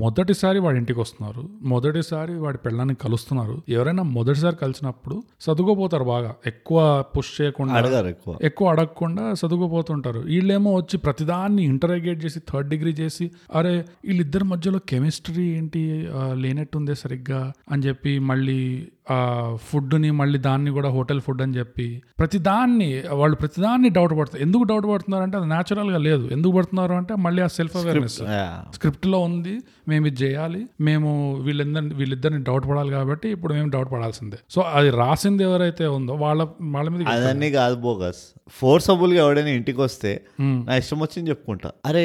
[SPEAKER 2] మొదటిసారి వాడి ఇంటికి వస్తున్నారు మొదటిసారి వాడి పెళ్ళాన్ని కలుస్తున్నారు ఎవరైనా మొదటిసారి కలిసినప్పుడు చదువుకోపోతారు బాగా ఎక్కువ పుష్ చేయకుండా
[SPEAKER 1] అడగారు ఎక్కువ
[SPEAKER 2] ఎక్కువ అడగకుండా చదువుకుపోతుంటారు వీళ్ళేమో వచ్చి ప్రతిదాన్ని ఇంటరాగేట్ చేసి థర్డ్ డిగ్రీ చేసి అరే వీళ్ళిద్దరి మధ్యలో కెమిస్ట్రీ ఏంటి ఆ, లేనట్టుందే సరిగ్గా అని చెప్పి మళ్ళీ ఆ ఫుడ్ని మళ్ళీ దాన్ని కూడా హోటల్ ఫుడ్ అని చెప్పి ప్రతిదాన్ని వాళ్ళు ప్రతిదాన్ని డౌట్ పడుతున్నారు ఎందుకు డౌట్ పడుతున్నారు అంటే అది natural గా లేదు ఎందుకు పడుతున్నారు అంటే మళ్ళీ ఆ సెల్ఫ్ అవేర్నెస్
[SPEAKER 1] యా.
[SPEAKER 2] స్క్రిప్ట్లో ఉంది మేము ఇది చేయాలి మేము వీళ్ళందరిని వీళ్ళిద్దరిని డౌట్ పడాలి కాబట్టి ఇప్పుడు మేము డౌట్ పడాల్సిందే సో అది రాసింది ఎవరైతే ఉందో వాళ్ళ వాళ్ళ మీద
[SPEAKER 1] అదన్నీ కాదు బోగస్ ఫోర్సబుల్ గా ఎవడైనా ఇంటికి వస్తే
[SPEAKER 2] మ్మ్.
[SPEAKER 1] నా ఇష్టం వచ్చింది చెప్పుకుంటా అరే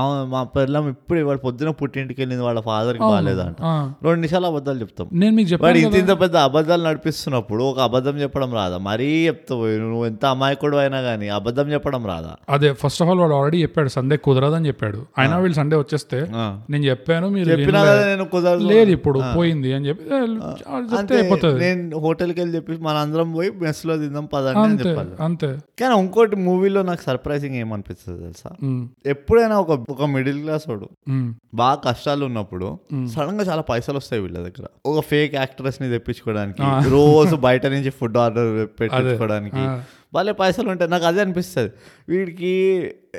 [SPEAKER 1] అవును, మా పిల్లం ఇప్పుడు వాడు పొద్దున పుట్టింటికి వెళ్ళింది వాళ్ళ father కి బాగాలేదంట
[SPEAKER 2] ఆ,
[SPEAKER 1] రెండు నిమిషాలు అబద్ధాలు చెప్తాం
[SPEAKER 2] నేను మీకు
[SPEAKER 1] వాడు
[SPEAKER 2] చెప్పాను
[SPEAKER 1] ఇంత ఇంత పెద్ద అబద్ధాలు నడిపిస్తున్నప్పుడు ఒక అబద్ధం చెప్పడం రాదా మరీ చెప్తావు నువ్వు ఎంత అమాయకుడు అయినా కానీ అబద్ధం చెప్పడం రాదా
[SPEAKER 2] అదే ఫస్ట్ ఆఫ్ ఆల్ వాడు ఆల్రెడీ చెప్పాడు సండే కుదరదని చెప్పాడు అయినా వీళ్ళు సండే వచ్చేస్తే
[SPEAKER 1] ఆ.
[SPEAKER 2] నేను చెప్పాను మీరు
[SPEAKER 1] చెప్పినా
[SPEAKER 2] వినలేదు.
[SPEAKER 1] కదా నేను కుదరదు
[SPEAKER 2] లేదు ఇప్పుడు పోయింది అని చెప్పి ఏ, ఆ, చెప్తే
[SPEAKER 1] అంతే
[SPEAKER 2] అయిపోతుంది
[SPEAKER 1] నేను హోటల్కి వెళ్ళి చెప్పి మన అందరం పోయి మెస్ లో తిందాం పదండి అని
[SPEAKER 2] అంతే
[SPEAKER 1] చెప్పాలి
[SPEAKER 2] అంతే
[SPEAKER 1] కానీ ఇంకోటి మూవీలో నాకు సర్ప్రైజింగ్ ఏమనిపిస్తుంది తెలుసా
[SPEAKER 2] ఉమ్,
[SPEAKER 1] ఎప్పుడైనా ఒక ఒక మిడిల్ క్లాస్ వాడు
[SPEAKER 2] ఉమ్,
[SPEAKER 1] బాగా కష్టాలు ఉన్నప్పుడు సడన్ గా చాలా పైసలు వస్తాయి వీళ్ళ దగ్గర ఒక ఫేక్ యాక్ట్రెస్ ని తెప్పించుకోవడానికి (laughs) రోజు బయట నుంచి ఫుడ్ ఆర్డర్ పెట్టించుకోవడానికి
[SPEAKER 2] ఆ.
[SPEAKER 1] వాళ్ళే పైసలు ఉంటాయి నాకు అదే అనిపిస్తుంది వీడికి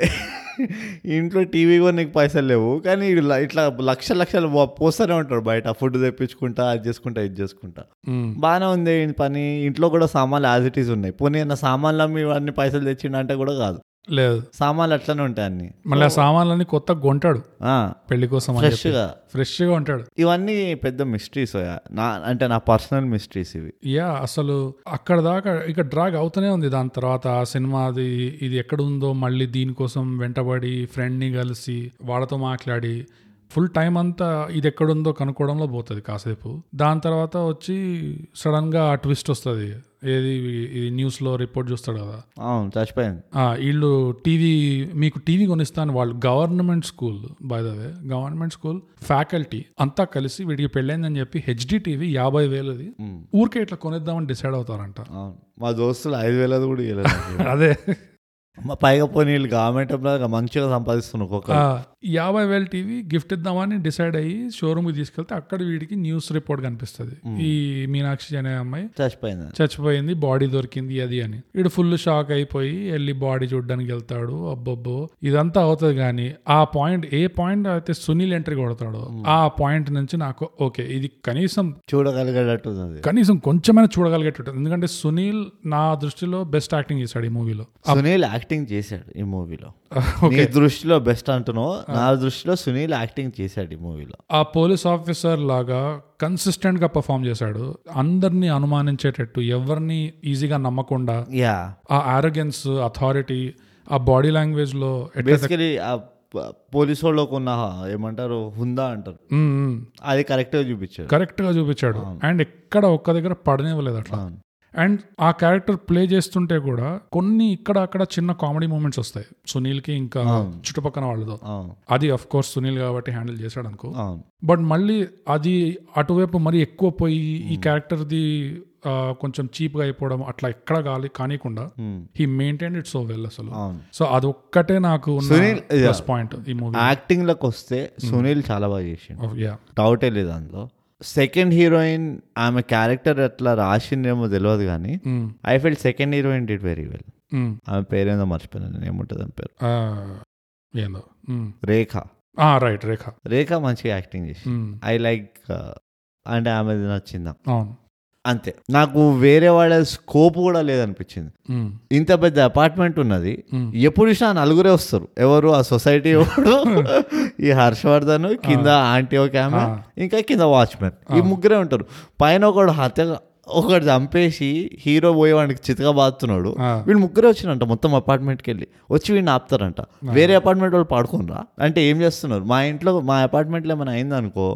[SPEAKER 1] (laughs) ఇంట్లో టీవీ కూడా నీకు పైసలు లేవు కానీ వీడు ల- ఇట్లా లక్ష లక్షలు పో- పోస్తూనే ఉంటాడు బయట ఫుడ్ తెప్పించుకుంటా అది చేసుకుంటా ఇది చేసుకుంటా
[SPEAKER 2] ఉమ్.
[SPEAKER 1] బాగానే ఉంది ఈయన పని ఇంట్లో కూడా సామాన్లు యాజ్ ఇట్ ఈస్ ఉన్నాయి పోనీ నా సామాన్లు అమ్మి వాడిని పైసలు తెచ్చిండంటే కూడా కాదు
[SPEAKER 2] లేదు
[SPEAKER 1] సామాన్లు అట్లనే ఉంటాయి అన్ని
[SPEAKER 2] మళ్ళీ ఆ సామాన్లన్నీ కొత్తగా కొంటాడు
[SPEAKER 1] ఆ,
[SPEAKER 2] పెళ్లి కోసం అని
[SPEAKER 1] fresh
[SPEAKER 2] చెప్పి
[SPEAKER 1] గా
[SPEAKER 2] ఫ్రెష్ గా ఉంటాడు
[SPEAKER 1] ఇవన్నీ పెద్ద మిస్టరీస్ నా అంటే నా పర్సనల్ మిస్టరీస్ ఇవి
[SPEAKER 2] యా అసలు అక్కడ దాకా ఇక డ్రాగ్ అవుతూనే ఉంది దాని తర్వాత ఆ సినిమా అది ఇది ఎక్కడ ఉందో మళ్ళీ దీనికోసం వెంటబడి ఫ్రెండ్ని కలిసి వాళ్ళతో మాట్లాడి ఫుల్ టైం అంతా ఇది ఎక్కడుందో కనుక్కోవడంలో పోతుంది కాసేపు దాని తర్వాత వచ్చి సడన్ గా ట్విస్ట్ వస్తుంది ఏది ఇది న్యూస్ లో రిపోర్ట్ చూస్తాడు కదా
[SPEAKER 1] అవును చచ్చిపోయింది
[SPEAKER 2] ఆ, వీళ్ళు టీవీ మీకు టీవీ కొనిస్తాను వాళ్ళు government school by the way government school faculty అంతా కలిసి వీడికి పెళ్ళైందని చెప్పి హెచ్డి టీవీ యాభై వేలది ఊరికే ఇట్లా కొనిద్దామని డిసైడ్ అవుతారంట
[SPEAKER 1] అవును మా దోస్తులు ఐదు వేలది కూడా ఇవ్వలేదు నాకు.
[SPEAKER 2] అదే
[SPEAKER 1] మా పైగా పోనీ వీళ్ళు గవర్నమెంట్ ఎంప్లాయీగా మంచిగా సంపాదిస్తున్నారు ఒక్కొక్క
[SPEAKER 2] ఆ, యాభై వేల టీవీ గిఫ్ట్ ఇద్దామని డిసైడ్ అయ్యి షోరూమ్కి తీసుకెళ్తే అక్కడ వీడికి న్యూస్ రిపోర్ట్ కనిపిస్తుంది ఈ మీనాక్షి అనే అమ్మాయి
[SPEAKER 1] చచ్చిపోయింది
[SPEAKER 2] చచ్చిపోయింది బాడీ దొరికింది అది అని వీడు ఫుల్ షాక్ అయిపోయి వెళ్ళి బాడీ చూడడానికి వెళ్తాడు అబ్బబ్బో ఇదంతా అవుతుంది కానీ ఆ పాయింట్ ఏ పాయింట్ అయితే సునీల్ ఎంట్రీ కొడతాడో ఆ పాయింట్ నుంచి నాకు ఓకే ఇది కనీసం
[SPEAKER 1] చూడగలిగేటట్టుంది
[SPEAKER 2] కనీసం కొంచెమైనా చూడగలిగేటట్టు ఎందుకంటే సునీల్ నా దృష్టిలో బెస్ట్ యాక్టింగ్ చేశాడు ఈ మూవీలో
[SPEAKER 1] సునీల్ యాక్టింగ్ చేశాడు ఈ మూవీలో
[SPEAKER 2] ఓకే
[SPEAKER 1] నీ దృష్టిలో బెస్ట్ అంటున్నావు నా దృష్టిలో సునీల్ యాక్టింగ్ చేశాడు ఈ మూవీలో
[SPEAKER 2] ఆ పోలీస్ ఆఫీసర్ లాగా కన్సిస్టెంట్ గా పర్ఫామ్ చేశాడు అందరినీ అనుమానించేటట్టు ఎవరిని ఈజీగా నమ్మకుండా
[SPEAKER 1] యా
[SPEAKER 2] ఆ ఆరోగెన్స్ అథారిటీ ఆ బాడీ లాంగ్వేజ్ లో ఎట్లా
[SPEAKER 1] బేసికలీ ఆ ప- పోలీసు వాళ్ళకు ఉన్న ఏమంటారు హుందా అంటారు అది కరెక్ట్గా చూపించాడు
[SPEAKER 2] కరెక్ట్ గా చూపించాడు అండ్ ఎక్కడ ఒక్క దగ్గర పడనివ్వలేదు అట్లా
[SPEAKER 1] అవును.
[SPEAKER 2] అండ్ ఆ క్యారెక్టర్ ప్లే చేస్తుంటే కూడా కొన్ని ఇక్కడ అక్కడ చిన్న కామెడీ మూమెంట్స్ వస్తాయి సునీల్ కి ఇంకా చుట్టుపక్కన వాళ్ళతో
[SPEAKER 1] అవును
[SPEAKER 2] అది అఫ్ కోర్స్ సునీల్ కాబట్టి హ్యాండిల్ చేశాడు అనుకో
[SPEAKER 1] అవును
[SPEAKER 2] బట్ మళ్ళీ అది అటువైపు మరి ఎక్కువ పోయి ఈ
[SPEAKER 1] Hmm.
[SPEAKER 2] క్యారెక్టర్ది ఆ, కొంచెం cheap గా అయిపోవడం అట్లా ఎక్కడ కాలి కానికుండా
[SPEAKER 1] Hmm.
[SPEAKER 2] He maintain it so well అసలు
[SPEAKER 1] అవును
[SPEAKER 2] సో అదొక్కటే నాకు
[SPEAKER 1] సునీల్, yeah.
[SPEAKER 2] ప్లస్ పాయింట్ ఈ మూవీ
[SPEAKER 1] యాక్టింగ్ లకు Hmm. వస్తే సునీల్ చాలా బాగా చేసిండు
[SPEAKER 2] యా
[SPEAKER 1] డౌటే లేదు అందులో సెకండ్ హీరోయిన్ ఆమె క్యారెక్టర్ అట్లా రాసిందేమో తెలియదు కానీ
[SPEAKER 2] Hmm.
[SPEAKER 1] I feel second heroine did very well ఆమె పేరేందో మర్చిపోయాను నేను ఏముంటుంది ఆమె పేరు
[SPEAKER 2] ఏందో
[SPEAKER 1] రేఖ
[SPEAKER 2] రైట్ రేఖ
[SPEAKER 1] రేఖ మంచిగా యాక్టింగ్ చేసి
[SPEAKER 2] Mm.
[SPEAKER 1] ఐ లైక్ uh, అంటే ఆమెది నచ్చిందా
[SPEAKER 2] అవును
[SPEAKER 1] అంతే నాకు వేరే వాళ్ళ స్కోప్ కూడా లేదనిపించింది
[SPEAKER 2] Mm.
[SPEAKER 1] ఇంత పెద్ద అపార్ట్మెంట్ ఉన్నది
[SPEAKER 2] Mm.
[SPEAKER 1] ఎప్పుడు చూసినా ఆ నలుగురే వస్తారు ఎవరు ఆ సొసైటీ ఎవరు ఈ హర్షవర్ధన్ కింద ఆంటీ ఒక ఆమె
[SPEAKER 2] Ah.
[SPEAKER 1] ఇంకా కింద వాచ్మెన్ ఈ ముగ్గురే ఉంటారు పైన ఒకడు హత్య ఒకడు చంపేసి హీరో పోయి వాడికి చితగా బాతున్నాడు
[SPEAKER 2] Ah.
[SPEAKER 1] వీళ్ళు ముగ్గురే వచ్చినంట మొత్తం అపార్ట్మెంట్కి వెళ్ళి వచ్చి వీడిని ఆపుతారంట వేరే అపార్ట్మెంట్ వాళ్ళు పాడుకోనరా అంటే ఏం చేస్తున్నారు మా ఇంట్లో మా అపార్ట్మెంట్లో ఏమైనా అయిందనుకో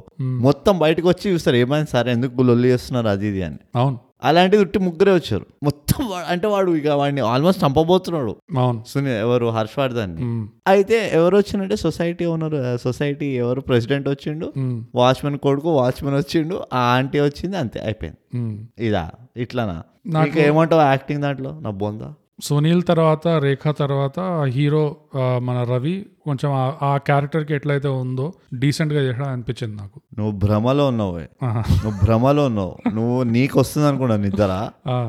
[SPEAKER 1] మొత్తం బయటకు వచ్చి చూస్తారు ఏమైంది సార్ ఎందుకు లొల్లి చేస్తున్నారు అది ఇది అని
[SPEAKER 2] అవును
[SPEAKER 1] అలాంటిది ఉట్టి ముగ్గురే వచ్చారు మొత్తం వా- అంటే వాడు ఇక వాడిని ఆల్మోస్ట్ చంపబోతున్నాడు
[SPEAKER 2] అవును
[SPEAKER 1] సునీ ఎవరు హర్షవర్ధన్
[SPEAKER 2] Mm.
[SPEAKER 1] అయితే ఎవరు వచ్చిందంటే సొసైటీ ఓనర్ సొసైటీ ఎవరు ప్రెసిడెంట్ వచ్చిండు
[SPEAKER 2] Mm.
[SPEAKER 1] వాచ్మెన్ కొడుకు వాచ్మెన్ వచ్చిండు ఆ ఆంటీ వచ్చింది అంతే అయిపోయింది
[SPEAKER 2] Mm.
[SPEAKER 1] ఇదా ఇట్లానా నాకు ఏమంటావు యాక్టింగ్ దాంట్లో నా బొందా
[SPEAKER 2] సునీల్ తర్వాత రేఖ తర్వాత హీరో ఆ, మన రవి కొంచెం ఆ- ఆ క్యారెక్టర్కి ఎట్లయితే ఉందో డీసెంట్గా చేసాడు అనిపించింది నాకు
[SPEAKER 1] నువ్వు భ్రమలో ఉన్నావు
[SPEAKER 2] ఆహా.
[SPEAKER 1] నువ్వు భ్రమలో ఉన్నావు నువ్వు నీకు వస్తుంది అనుకున్నా నిద్ర
[SPEAKER 2] ఆ,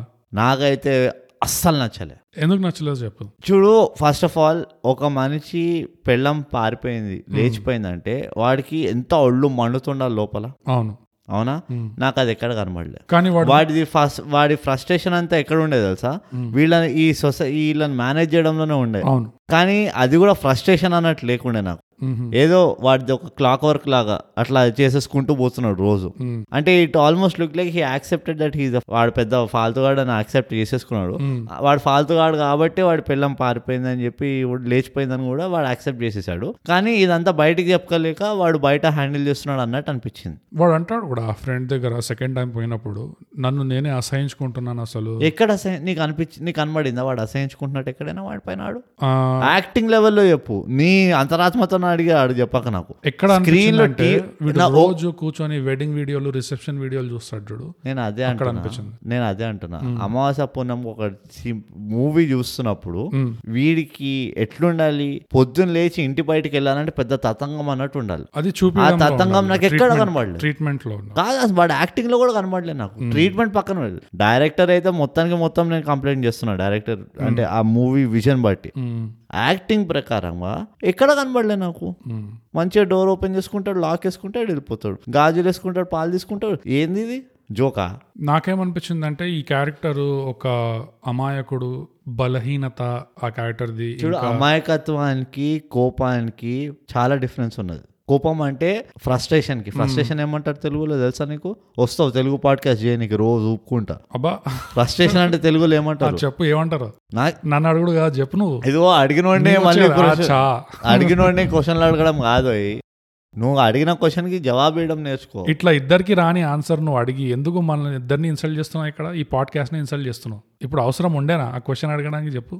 [SPEAKER 1] నాకైతే అస్సలు నచ్చలే
[SPEAKER 2] ఎందుకు నచ్చలేదు చెప్పు
[SPEAKER 1] చూడు ఫస్ట్ ఆఫ్ ఆల్ ఒక మనిషి పెళ్ళం పారిపోయింది లేచిపోయిందంటే వాడికి ఎంత ఒళ్ళు మండుతుండాలి లోపల
[SPEAKER 2] అవును
[SPEAKER 1] అవునా
[SPEAKER 2] మ్మ్.
[SPEAKER 1] నాకు అది ఎక్కడ కనబడలే
[SPEAKER 2] కానీ వాడు
[SPEAKER 1] వాడిది ఫస్ట్ వాడి ఫ్రస్ట్రేషన్ అంతా ఎక్కడ ఉండేది తెలుసా వీళ్ళని ఈ సొసై వీళ్ళని మేనేజ్ చేయడంలోనే ఉండే
[SPEAKER 2] అవును
[SPEAKER 1] కానీ అది కూడా ఫ్రస్ట్రేషన్ అన్నట్టు లేకుండే నాకు
[SPEAKER 2] మ్మ్.
[SPEAKER 1] ఏదో వాడిది ఒక క్లాక్ వర్క్ లాగా అట్లా చేసేసుకుంటూ పోతున్నాడు రోజు
[SPEAKER 2] మ్మ్.
[SPEAKER 1] అంటే it almost look like he accepted that he's వాడు పెద్ద ఫాల్తుగాడు అని యాక్సెప్ట్ చేసేసుకున్నాడు
[SPEAKER 2] Hmm.
[SPEAKER 1] వాడు ఫాల్తుగాడు కాబట్టి వాడు పిల్లం పారిపోయిందని చెప్పి వాడు లేచిపోయిందని కూడా వాడు యాక్సెప్ట్ చేసేసాడు కానీ ఇదంతా బయటికి చెప్పలేక వాడు బయట హ్యాండిల్ చేస్తున్నాడు అన్నట్టు అనిపించింది
[SPEAKER 2] వాడు అంటాడు కూడా ఆ ఫ్రెండ్ దగ్గర సెకండ్ టైం పోయినప్పుడు నన్ను నేనే అసహించుకుంటున్నాను అసలు
[SPEAKER 1] ఎక్కడ అసహ్య నీకు అనిపించి నీకు కనబడిందా వాడు అసహించుకుంటున్నట్టు ఎక్కడైనా వాడి పైన వాడు
[SPEAKER 2] ఆ,
[SPEAKER 1] యాక్టింగ్ లెవెల్లో చెప్పు నీ అంతరాత్మతో అడిగి ఆడు చెప్పక నాకు
[SPEAKER 2] ఎక్కడ
[SPEAKER 1] Screen లో
[SPEAKER 2] అనిపించిందంటే
[SPEAKER 1] టీ-
[SPEAKER 2] వీడు
[SPEAKER 1] నా- ఓ-
[SPEAKER 2] రోజు కూర్చొని వెడ్డింగ్ వీడియోలు రిసెప్షన్ వీడియోలు చూస్తాడు చూడు
[SPEAKER 1] నేను అదే అంటున్నా
[SPEAKER 2] అనిపించింది.
[SPEAKER 1] నేను అదే అంటున్నా అమావాస్య పూర్ణం ఒక మూవీ చూస్తున్నప్పుడు
[SPEAKER 2] మ్మ్.
[SPEAKER 1] వీడికి ఎట్లుండాలి పొద్దున్న లేచి ఇంటి బయటికి వెళ్ళాలంటే పెద్ద తతంగం అన్నట్టు ఉండాలి
[SPEAKER 2] అది
[SPEAKER 1] ఆ తతంగం నాకు ఎక్కడ కనబడలేదు
[SPEAKER 2] ట్రీట్మెంట్ లో ఉన్నా.
[SPEAKER 1] కాదు అసలు వాడు యాక్టింగ్ లో కూడా కనబడలేదు నాకు ట్రీట్మెంట్ పక్కన వెళ్ళి డైరెక్టర్ అయితే మొత్తానికి మొత్తం నేను కంప్లైంట్ చేస్తున్నా డైరెక్టర్ అంటే ఆ మూవీ విజన్ బట్టి
[SPEAKER 2] మ్మ్.
[SPEAKER 1] యాక్టింగ్ ప్రకారంగా ఎక్కడ కనబడలే నాకు
[SPEAKER 2] మ్మ్.
[SPEAKER 1] మంచిగా డోర్ ఓపెన్ చేసుకుంటాడు లాక్ వేసుకుంటాడు వెళ్ళిపోతాడు గాజులు వేసుకుంటాడు పాలు తీసుకుంటాడు ఏంది ఇది జోకా
[SPEAKER 2] నాకేమనిపించిందంటే ఈ క్యారెక్టర్ ఒక అమాయకుడు బలహీనత ఆ క్యారెక్టర్ది
[SPEAKER 1] చూడు అమాయకత్వానికి కోపానికి చాలా డిఫరెన్స్ ఉన్నది కోపం అంటే frustration కి ఫ్రస్ట్రేషన్ ఏమంటారు తెలుగులో తెలుసా నీకు వస్తావు తెలుగు పాడ్కాస్ట్ చేయనీకి రోజు ఊపుకుంటా
[SPEAKER 2] అబ్బా
[SPEAKER 1] ఫ్రస్ట్రేషన్ అంటే తెలుగులో ఏమంటారు
[SPEAKER 2] చెప్పు ఏమంటారు
[SPEAKER 1] నా
[SPEAKER 2] నన్ను అడుగుడు కాదు చెప్పు నువ్వు
[SPEAKER 1] ఇదిగో అడిగిన వాడినే మళ్ళీ
[SPEAKER 2] ఆ,
[SPEAKER 1] question-
[SPEAKER 2] చా.
[SPEAKER 1] అడిగిన వాడినే క్వశ్చన్లు అడగడం కాదు అయి. నువ్వు అడిగిన క్వశ్చన్ కి జవాబు ఇవ్వడం నేర్చుకో
[SPEAKER 2] ఇట్లా ఇద్దరికి రాని ఆన్సర్ నువ్వు అడిగి ఎందుకు మనల్ని ఇద్దరిని ఇన్సల్ట్ చేస్తున్నావు ఇక్కడ ఈ పాడ్కాస్ట్ని ఇన్సల్ట్ చేస్తున్నావు ఇప్పుడు అవసరం ఉండేనా ఆ క్వశ్చన్ అడగడానికి చెప్పు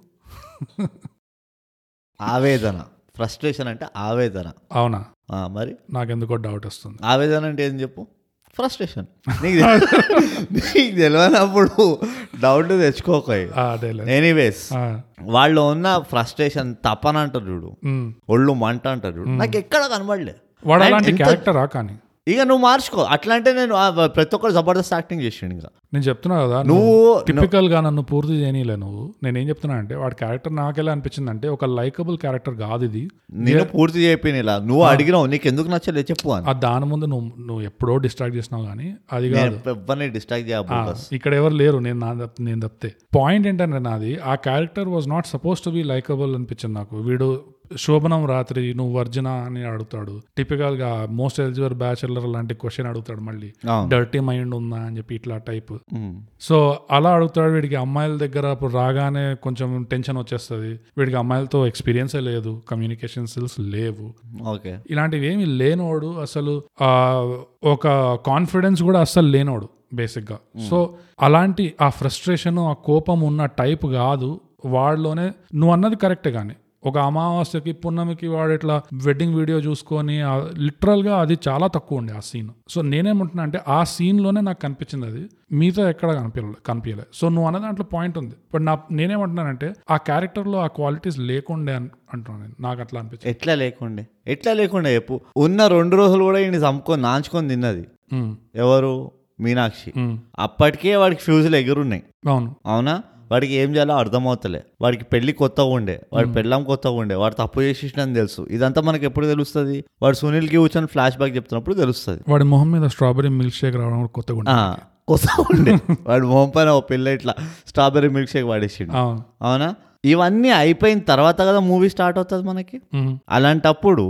[SPEAKER 1] ఆవేదన ఫ్రస్ట్రేషన్ అంటే ఆవేదన
[SPEAKER 2] అవునా
[SPEAKER 1] ఆ, మరి
[SPEAKER 2] నాకెందుకో డౌట్ వస్తుంది
[SPEAKER 1] ఆవేదన అంటే ఏం చెప్పు ఫ్రస్ట్రేషన్ నీకు తె- నీకు తెలియనప్పుడు డౌట్ తెచ్చుకోక
[SPEAKER 2] ఆ, అదేలే
[SPEAKER 1] ఎనీవేస్
[SPEAKER 2] ఆ,
[SPEAKER 1] వాళ్ళు ఉన్న ఫ్రస్ట్రేషన్ తపన అంటారు చూడు
[SPEAKER 2] ఉమ్.
[SPEAKER 1] ఒళ్ళు మంట అంటారు చూడు నాకు ఎక్కడ కనబడలే
[SPEAKER 2] వాడు
[SPEAKER 1] And
[SPEAKER 2] అలాంటి
[SPEAKER 1] ఎంత-
[SPEAKER 2] క్యారెక్టరా కానీ
[SPEAKER 1] ఇక నువ్వు మార్చుకో అట్లా అంటే నేను ఆ, ప్రతి ఒక్కరు జబర్దస్త్ యాక్టింగ్ చేసిండు ఇంకా
[SPEAKER 2] నేను చెప్తున్నా కదా
[SPEAKER 1] నువ్వు
[SPEAKER 2] టిపికల్ గా నన్ను పూర్తి చేయనీలే నువ్వు నేనేం చెప్తున్నా అంటే వాడి క్యారెక్టర్ నాకెలా అనిపించింది అంటే ఒక లైకబుల్ క్యారెక్టర్ కాదు ఇది
[SPEAKER 1] నేను పూర్తి చెప్పిన ఇలా నువ్వు అడిగినావు నీకు ఎందుకు నచ్చలే చెప్పు అని
[SPEAKER 2] ఆ దాని ముందు నువ్వు నువ్వు ఎప్పుడో డిస్ట్రాక్ట్ చేసినావు కానీ అది కాదు
[SPEAKER 1] నేను ఎవరిని డిస్ట్రాక్ట్
[SPEAKER 2] ఆ,
[SPEAKER 1] చేయబోదు
[SPEAKER 2] ఇక్కడ ఎవరు లేరు నేను నా తప్- నేను తప్పితే పాయింట్ ఏంటంటే నాది ఆ character was not suppose to be likeable అనిపించింది నాకు వీడు శోభనం రాత్రి నువ్వు వర్జన అని అడుగుతాడు టిపికల్ గా మోస్ట్ ఎలిజిబుల్ బ్యాచులర్ లాంటి క్వశ్చన్ అడుగుతాడు మళ్ళీ
[SPEAKER 1] అవును.
[SPEAKER 2] డర్టీ మైండ్ ఉందా అని చెప్పి ఇట్లా టైప్
[SPEAKER 1] ఉమ్.
[SPEAKER 2] సో అలా అడుగుతాడు వీడికి అమ్మాయిల దగ్గర అప్పుడు రాగానే కొంచెం టెన్షన్ వచ్చేస్తుంది వీడికి అమ్మాయిలతో ఎక్స్పీరియన్సే లేదు కమ్యూనికేషన్ స్కిల్స్ లేవు
[SPEAKER 1] ఓకే
[SPEAKER 2] ఇలాంటివి ఏమి లేనోడు అసలు ఆ, ఒక కాన్ఫిడెన్స్ కూడా అస్సలు లేనోడు బేసిక్గా సో అలాంటి ఆ ఫ్రస్ట్రేషన్ ఆ కోపం ఉన్న టైప్ కాదు వాళ్ళలోనే నువ్వు అన్నది కరెక్టే కానీ ఒక అమావాస్యకి పున్నమికి వాడు ఇట్లా వెడ్డింగ్ వీడియో చూసుకొని లిటరల్గా అది చాలా తక్కువ ఉండే ఆ సీన్ సో నేనేమంటున్నా అంటే ఆ సీన్లోనే నాకు కనిపించింది అది మీతో ఎక్కడ కనిపించలేదు కనిపించలేదు సో నువ్వు అన్న దాంట్లో పాయింట్ ఉంది బట్ నా నేనేమంటున్నానంటే ఆ క్యారెక్టర్లో ఆ క్వాలిటీస్ లేకుండే అన్- అంటున్నాను నేను. నాకు అట్లా అనిపించింది
[SPEAKER 1] ఎట్లా లేకుండే ఎట్లా లేకుండే చెప్పు ఉన్న రెండు రోజులు కూడా ఈయన చంపుకొని నాంచుకొని తిన్నది
[SPEAKER 2] ఉమ్,
[SPEAKER 1] ఎవరు మీనాక్షి
[SPEAKER 2] ఉమ్.
[SPEAKER 1] అప్పటికే వాడికి ఫ్యూజులు ఎగురున్నాయి
[SPEAKER 2] అవును
[SPEAKER 1] అవునా వాడికి ఏం చేయాలో అర్థమవుతలే వాడికి పెళ్లి కొత్తగా ఉండే వాడి పెళ్ళం కొత్తగా ఉండే వాడు తప్పు చేసేసినని తెలుసు ఇదంతా మనకి ఎప్పుడు తెలుస్తుంది వాడు సునీల్కి కూర్చొని ఫ్లాష్ బ్యాక్ చెప్తున్నప్పుడు తెలుస్తుంది
[SPEAKER 2] వాడి మొహం మీద స్ట్రాబెరీ మిల్క్ షేక్ రావడం కూడా కొత్తగా
[SPEAKER 1] ఆ,
[SPEAKER 2] ఉంటుంది
[SPEAKER 1] కొత్తగా ఉండే వాడు మొహం పైన ఓ పిల్ల ఇట్లా స్ట్రాబెర్రీ మిల్క్ షేక్ వాడేసిండు
[SPEAKER 2] అవును
[SPEAKER 1] అవునా ఇవన్నీ అయిపోయిన తర్వాత కదా మూవీ స్టార్ట్ అవుతుంది మనకి
[SPEAKER 2] ఉమ్,
[SPEAKER 1] అలాంటప్పుడు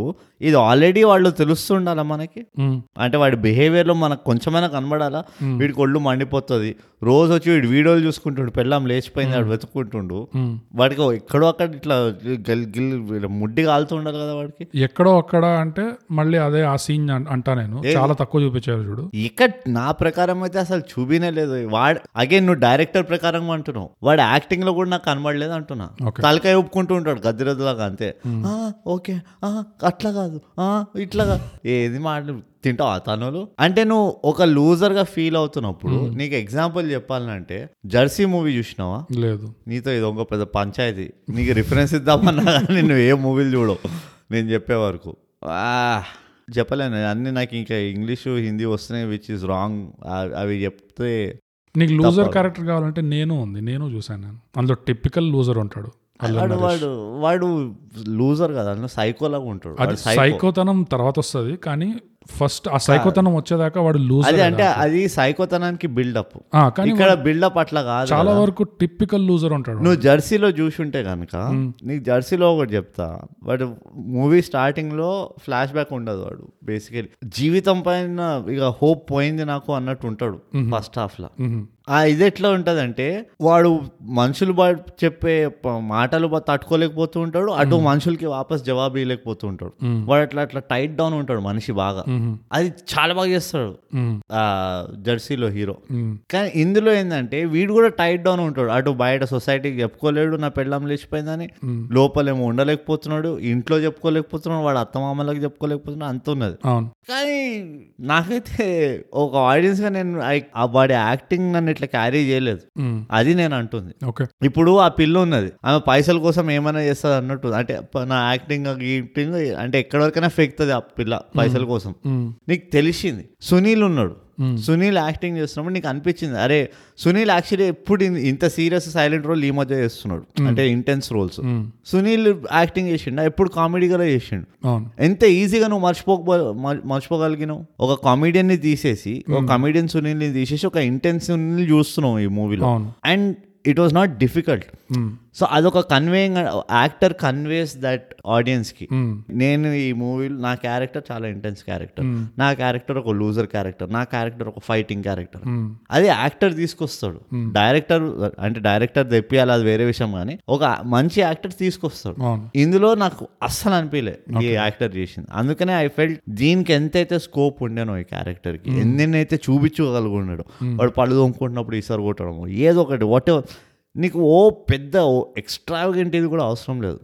[SPEAKER 1] ఇది ఆల్రెడీ వాళ్ళు తెలుస్తుండాలా మనకి
[SPEAKER 2] ఉమ్,
[SPEAKER 1] అంటే వాడి బిహేవియర్లో మనకు కొంచెమైనా కనబడాలా వీడికి ఒళ్ళు మండిపోతుంది రోజు వచ్చి వీడు వీడియోలు చూసుకుంటుండు పెళ్ళాం లేచిపోయింది వాడు వెతుక్కుంటుండు
[SPEAKER 2] ఉమ్.
[SPEAKER 1] వాడికి ఎక్కడో అక్కడ ఇట్లా గిల్ గిల్ ఇలా ముడ్డి కాలుతుండాలి కదా వాడికి
[SPEAKER 2] ఎక్కడో అక్కడ అంటే మళ్ళీ అదే ఆ సీన్ అన్- అంటా నేను చాలా తక్కువ చూపించారు చూడు
[SPEAKER 1] ఇక్కడ నా ప్రకారం అయితే అసలు చూపినే లేదు వాడు అగైన్ నువ్వు డైరెక్టర్ ప్రకారం అంటున్నావు వాడు యాక్టింగ్ లో కూడా నాకు కనబడలేదు అంటున్నా
[SPEAKER 2] Okay.
[SPEAKER 1] తలకాయ ఒప్పుకుంటూ ఉంటాడు గద్దెరద్దులాగా అంతే "ఆ, ఓకే ఆ, అట్లా కాదు ఆ, ఇట్లా కాదు." ఏది మాట తింటావు ఆ తనులు అంటే నువ్వు ఒక లూజర్ గా ఫీల్ అవుతున్నప్పుడు నీకు ఎగ్జాంపుల్ చెప్పాలంటే జెర్సీ మూవీ చూసినావా
[SPEAKER 2] లేదు
[SPEAKER 1] నీతో ఇది ఇంకో పెద్ద పంచాయతీ నీకు రిఫరెన్స్ ఇద్దామన్నా కానీ నువ్వు ఏ మూవీలు చూడవు నేను చెప్పే వరకు ఆ, చెప్పలేను అన్నీ నాకు ఇంకా ఇంగ్లీషు హిందీ వస్తున్నాయి విచ్ ఇస్ రాంగ్ అవి చెప్తే
[SPEAKER 2] నీకు లూజర్ క్యారెక్టర్ కావాలంటే నేను ఉంది నేను చూసాను నేను అందులో టిపికల్ లూజర్ ఉంటాడు అల్లు
[SPEAKER 1] వాడు
[SPEAKER 2] నరేష్.
[SPEAKER 1] వాడు వాడు లూజర్ కదా అందులో సైకోలాగా ఉంటాడు
[SPEAKER 2] అది
[SPEAKER 1] వాడు సైకో
[SPEAKER 2] సైకోతనం తర్వాత వస్తుంది కానీ ఫస్ట్ ఆ సైకోతనం వచ్చేదాకా వాడు లూజర్
[SPEAKER 1] అది అంటే అది సైకోతనానికి బిల్డప్
[SPEAKER 2] కానీ
[SPEAKER 1] ఇక్కడ బిల్డప్ అట్లా కాదు
[SPEAKER 2] చాలా
[SPEAKER 1] కదా.
[SPEAKER 2] వరకు టిపికల్ లూజర్ ఉంటాడు
[SPEAKER 1] నువ్వు జెర్సీలో చూసుంటే కనుక నీకు జెర్సీలో ఒకటి చెప్తా బట్ మూవీ స్టార్టింగ్లో ఫ్లాష్ బ్యాక్ ఉండదు వాడు బేసికలీ జీవితం పైన ఇక హోప్ పోయింది నాకు అన్నట్టు ఉంటాడు ఫస్ట్ హాఫ్లో
[SPEAKER 2] ఉమ్,
[SPEAKER 1] ఆ ఇది ఎట్లా ఉంటుందంటే వాడు మనుషులు బ- చెప్పే ప- మాటలు బ- తట్టుకోలేకపోతూ ఉంటాడు అటు మనుషులకి వాపస్ జవాబు ఇవ్వలేకపోతూ ఉంటాడు వాడు అట్లా అట్లా టైట్ డౌన్ ఉంటాడు మనిషి బాగా అది చాలా బాగా చేస్తాడు
[SPEAKER 2] ఉమ్,
[SPEAKER 1] ఆ జెర్సీలో హీరో
[SPEAKER 2] ఉమ్,
[SPEAKER 1] కానీ ఇందులో ఏంటంటే వీడు కూడా టైట్ డౌన్ ఉంటాడు అటు బయట సొసైటీకి చెప్పుకోలేడు నా పెళ్ళం లేచిపోయిందని లోపలేమో ఉండలేకపోతున్నాడు ఇంట్లో చెప్పుకోలేకపోతున్నాడు వాడు అత్తమామలకు చెప్పుకోలేకపోతున్నాడు అంత ఉన్నది
[SPEAKER 2] అవును
[SPEAKER 1] కానీ నాకైతే ఒక ఆడియన్స్గా నేను ఐ- ఆ వాడి యాక్టింగ్ నన్ను ఇట్లా క్యారీ చేయలేదు
[SPEAKER 2] ఉమ్,
[SPEAKER 1] అది నేను అంటుంది
[SPEAKER 2] ఓకే
[SPEAKER 1] ఇప్పుడు ఆ పిల్ల ఉన్నది ఆమె పైసల కోసం ఏమైనా చేస్తుంది అన్నట్టు అంటే ప- నా యాక్టింగ్ గీటింగ్ అంటే ఎక్కడి వరకైనా ఫెక్తుంది ఆ పిల్ల పైసల కోసం
[SPEAKER 2] ఉమ్,
[SPEAKER 1] నీకు తెలిసింది సునీల్ ఉన్నాడు సునీల్ యాక్టింగ్ చేస్తున్నప్పుడు నీకు అనిపించింది అరే సునీల్ యాక్చువల్లీ ఎప్పుడు ఇన్- ఇంత సీరియస్ సైలెంట్ రోల్ ఈ మధ్య చేస్తున్నాడు అంటే ఇంటెన్స్ రోల్స్
[SPEAKER 2] ఉమ్,
[SPEAKER 1] సునీల్ యాక్టింగ్ చేసిండు ఎప్పుడు కామెడీగా చేసిండు
[SPEAKER 2] అవును
[SPEAKER 1] ఎంత ఈజీగా నువ్వు మర్చిపో మర్చిపోగలిగినావు ఒక కామెడియన్ ని తీసేసి ఒక కామెడియన్ సునీల్ ని తీసేసి ఒక ఇంటెన్స్ సునీల్ చూస్తున్నావు ఈ మూవీలో
[SPEAKER 2] అవును
[SPEAKER 1] and it was not difficult
[SPEAKER 2] um,
[SPEAKER 1] so అదొక కన్వేయింగ్ యాక్టర్ కన్వేస్ దట్ ఆడియన్స్కి
[SPEAKER 2] మ్మ్.
[SPEAKER 1] నేను ఈ మూవీలో నా క్యారెక్టర్ చాలా ఇంటెన్స్ క్యారెక్టర్ నా క్యారెక్టర్ ఒక లూజర్ క్యారెక్టర్ నా క్యారెక్టర్ ఒక ఫైటింగ్ క్యారెక్టర్
[SPEAKER 2] మ్మ్.
[SPEAKER 1] అది యాక్టర్ తీసుకొస్తాడు డైరెక్టర్ అంటే డైరెక్టర్ తెప్పియాలి అది వేరే విషయం కానీ ఒక మంచి యాక్టర్ తీసుకొస్తాడు
[SPEAKER 2] అవును
[SPEAKER 1] ఇందులో నాకు అస్సలు అనిపించలే ఈ యాక్టర్ చేసింది అందుకనే ఐ ఫెల్ట్ దీనికి ఎంతైతే స్కోప్ ఉండేనో ఈ క్యారెక్టర్ కి ఎన్నెన్నైతే చూపించగలుగున్నాడు వాడు పళ్ళు తోముకుంటున్నప్పుడు ఈసారి కొట్టడము ఏదో ఒకటి వాట్ నీకు ఓ పెద్ద ఎక్స్ట్రావెంట్ ఇది కూడా అవసరం లేదు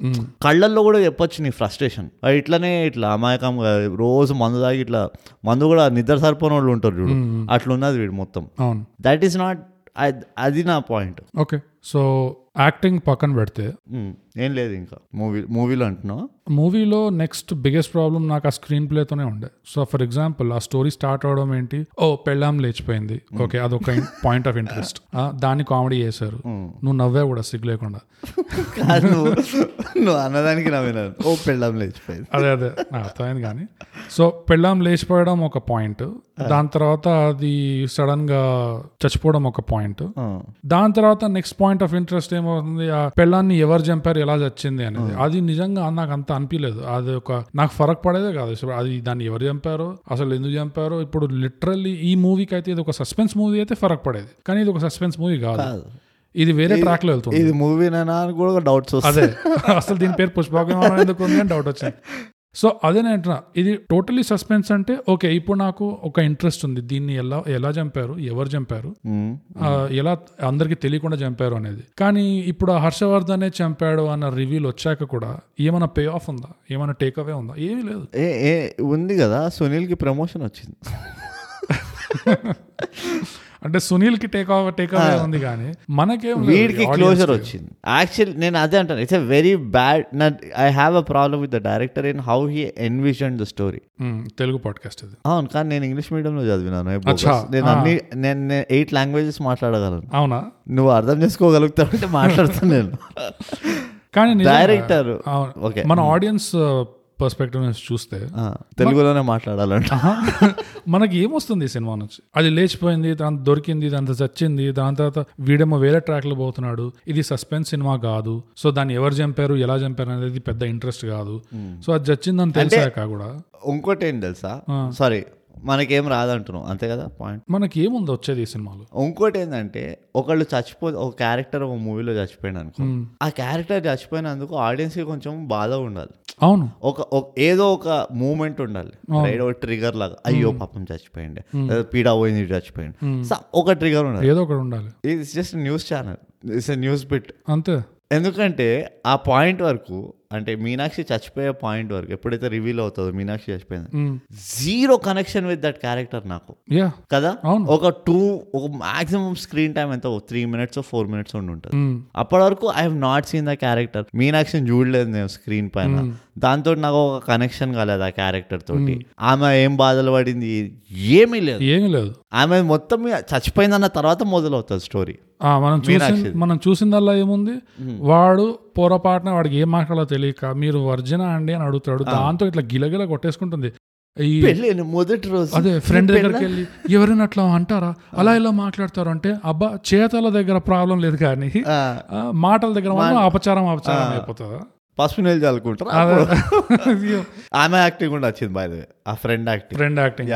[SPEAKER 1] కళ్ళల్లో కూడా చెప్పొచ్చు నీ ఫ్రస్ట్రేషన్ ఇట్లానే ఇట్లా అమాయకంగా రోజు మందు తాగి ఇట్లా మందు కూడా నిద్ర సరిపోని వాళ్ళు ఉంటారు చూడు అట్లా ఉన్నది వీడు మొత్తం
[SPEAKER 2] అవును
[SPEAKER 1] దట్ ఈస్ నాట్ అది నా పాయింట్
[SPEAKER 2] ఓకే సో యాక్టింగ్ పక్కన పెడితే
[SPEAKER 1] ఏం లేదు ఇంకా మూవీ మూవీలో అంటున్నావు
[SPEAKER 2] మూవీలో నెక్స్ట్ బిగ్గెస్ట్ ప్రాబ్లం నాకు ఆ స్క్రీన్ ప్లేతోనే ఉండే సో ఫర్ ఎగ్జాంపుల్ ఆ స్టోరీ స్టార్ట్ అవడం ఏంటి ఓ పెళ్ళాం లేచిపోయింది ఓకే అదొక పాయింట్ ఆఫ్ ఇంట్రెస్ట్ దాన్ని కామెడీ చేశారు నువ్వు నవ్వే కూడా సిగ్గు లేకుండా
[SPEAKER 1] కాదు నువ్వు నువ్వు అన్నదానికి నవ్వినాను ఓ పెళ్ళం లేచిపోయింది
[SPEAKER 2] అదే అదే నాకు అర్థమైంది కానీ సో పెళ్ళాం లేచిపోవడం ఒక పాయింట్ దాని తర్వాత అది సడన్ గా చచ్చిపోవడం ఒక పాయింట్
[SPEAKER 1] ఆ,
[SPEAKER 2] దాని తర్వాత నెక్స్ట్ పాయింట్ ఆఫ్ ఇంట్రెస్ట్ ఏమవుతుంది ఆ పెళ్ళాన్ని ఎవరు చంపారు ఎలా చచ్చింది అనేది అది నిజంగా నాకు అంత అనిపించలేదు అది ఒక నాకు ఫరక్ పడేదే కాదు అసలు అది దాన్ని ఎవరు చంపారో అసలు ఎందుకు చంపారో ఇప్పుడు లిటరల్లీ ఈ మూవీకి అయితే ఇది ఒక సస్పెన్స్ మూవీ అయితే ఫరక్ పడేది కానీ ఇది ఒక సస్పెన్స్ మూవీ కాదు
[SPEAKER 1] కాదు.
[SPEAKER 2] ఇది వేరే ట్రాక్ లో వెళ్తుంది
[SPEAKER 1] ఇది మూవీనేనా అని కూడా డౌట్స్ వస్తాయి
[SPEAKER 2] అదే అసలు దీని పేరు పుష్పకం ఎందుకు ఉంది అని డౌట్ వచ్చింది సో అదే నేను అంటున్నా ఇది టోటలీ సస్పెన్స్ అంటే ఓకే ఇప్పుడు నాకు ఒక ఇంట్రెస్ట్ ఉంది దీన్ని ఎలా ఎలా చంపారు ఎవరు చంపారు
[SPEAKER 1] ఉమ్,
[SPEAKER 2] ఆ, ఎలా అందరికి తెలియకుండా చంపారు అనేది కానీ ఇప్పుడు ఆ హర్షవర్ధనే చంపాడు అన్న రివ్యూలు వచ్చాక కూడా ఏమైనా పే ఆఫ్ ఉందా ఏమైనా టేక్ అవే ఉందా ఏమీ లేదు
[SPEAKER 1] ఏ ఏ ఉంది కదా సునీల్కి ప్రమోషన్ వచ్చింది
[SPEAKER 2] అంటే సునీల్ కి టేక్ ఆఫ్ టేక్ అవే ఉంది కానీ మనకేం లేదు.
[SPEAKER 1] వీడికి
[SPEAKER 2] Audience
[SPEAKER 1] క్లోజర్ వచ్చింది యాక్చువల్ నేను అదే అంటాను ఇట్స్ ఎ వెరీ బ్యాడ్ నా I have a problem with the director in how he envision the story
[SPEAKER 2] um, Telugu podcast ఇది
[SPEAKER 1] అవును కానీ నేను ఇంగ్లీష్ మీడియంలో చదివినాను ఏ bogus.
[SPEAKER 2] అచ్చా,
[SPEAKER 1] నేను అన్ని నేను ఎయిట్ లాంగ్వేజెస్ మాట్లాడగలను
[SPEAKER 2] అవునా
[SPEAKER 1] నువ్వు అర్థం చేసుకోగలుగుతావు అంటే మాట్లాడుతాను
[SPEAKER 2] (laughs)
[SPEAKER 1] నేను
[SPEAKER 2] కానీ నిజంగా-
[SPEAKER 1] Director.
[SPEAKER 2] అవును.
[SPEAKER 1] Okay. Hmm.
[SPEAKER 2] మన ఆడియన్స్ పర్స్పెక్టివ్ నుంచి చూస్తే
[SPEAKER 1] ఆ, తెలుగులోనే మాట్లాడాలంట
[SPEAKER 2] (laughs) మనకి ఏమొస్తుంది ఈ సినిమా నుంచి అది లేచిపోయింది దాని దొరికింది దాంతో చచ్చింది దాని తర్వాత వీడేమో వేరే track లో పోతున్నాడు ఇది సస్పెన్స్ సినిమా కాదు సో దాన్ని ఎవరు చంపారు ఎలా చంపారు అనేది పెద్ద ఇంట్రెస్ట్ కాదు సో అది చచ్చిందని తెలిసాక కూడా
[SPEAKER 1] ఇంకోటి ఏం తెలుసా సారీ మనకేం రాదంటున్నాం అంతే కదా పాయింట్
[SPEAKER 2] మనకి ఏముంది వచ్చేది ఈ సినిమాలో
[SPEAKER 1] ఇంకోటి ఏంటంటే ఒకళ్ళు చచ్చిపో ఒక క్యారెక్టర్ ఒక మూవీలో చచ్చిపోయాడు అనుకో ఆ క్యారెక్టర్ చచ్చిపోయినందుకు audience కి కొంచెం బాధ ఉండాలి
[SPEAKER 2] అవును
[SPEAKER 1] ఒక ఒక- ఏదో ఒక మూమెంట్ ఉండాలి రైడ్ ఒక ట్రిగర్ లాగా అయ్యో పాపం చచ్చిపోయింది లేదా పీడా పోయింది ఇటు చచ్చిపోయింది సో ఒక ట్రిగర్ ఉండాలి
[SPEAKER 2] ఏదో ఒకటి ఉండాలి
[SPEAKER 1] it's just news channel it's news bit
[SPEAKER 2] అంతే
[SPEAKER 1] ఎందుకంటే ఆ పాయింట్ వరకు అంటే మీనాక్షి చచ్చిపోయే పాయింట్ వరకు ఎప్పుడైతే రివీల్ అవుతుందో మీనాక్షి చచ్చిపోయింది zero connection with that character నాకు
[SPEAKER 2] యా
[SPEAKER 1] కదా
[SPEAKER 2] అవును.
[SPEAKER 1] ఒక టూ ఒక మాక్సిమం స్క్రీన్ టైం ఎంత త్రీ మినిట్స్ ఫోర్ మినిట్స్ ఉండి ఉంటుంది అప్పటి వరకు I have not seen the character మీనాక్షిని చూడలేదు నేను స్క్రీన్ పైన దాంతో నాకు ఒక కనెక్షన్ కాలేదు ఆ క్యారెక్టర్ తోటి ఆమె ఏం బాధలు పడింది ఏమీ లేదు
[SPEAKER 2] ఏమీ లేదు
[SPEAKER 1] ఆమె మొత్తం మీద చచ్చిపోయిందన్న తర్వాత మొదలవుతుంది స్టోరీ
[SPEAKER 2] ఆ, మనం చూసి మనం చూసిందల్లా ఏముంది వాడు పొరపాటున వాడికి ఏం మాట్లాడాలో తెలియక మీరు వర్జన అండి అని అడుగుతాడు దాంతో ఇట్లా గిలగిల కొట్టేసుకుంటుంది ఈ
[SPEAKER 1] పెళ్ళి మొదటి రోజు
[SPEAKER 2] అదే ఫ్రెండ్ దగ్గరికి వెళ్ళి ఎవరైనా అట్లా అంటారా అలా ఇలా మాట్లాడతారు అంటే అబ్బా చేతల దగ్గర ప్రాబ్లం లేదు కానీ
[SPEAKER 1] ఆ,
[SPEAKER 2] ఆ, మాటల దగ్గర మాత్రం అపచారం అపచారం అయిపోతుందా
[SPEAKER 1] పసుపు నీళ్ళు చల్లుకుంటారు అప్పుడు
[SPEAKER 2] (laughs)
[SPEAKER 1] ఆమె యాక్టింగ్ కూడా వచ్చింది బాయ్ ఆ friend acting
[SPEAKER 2] friend acting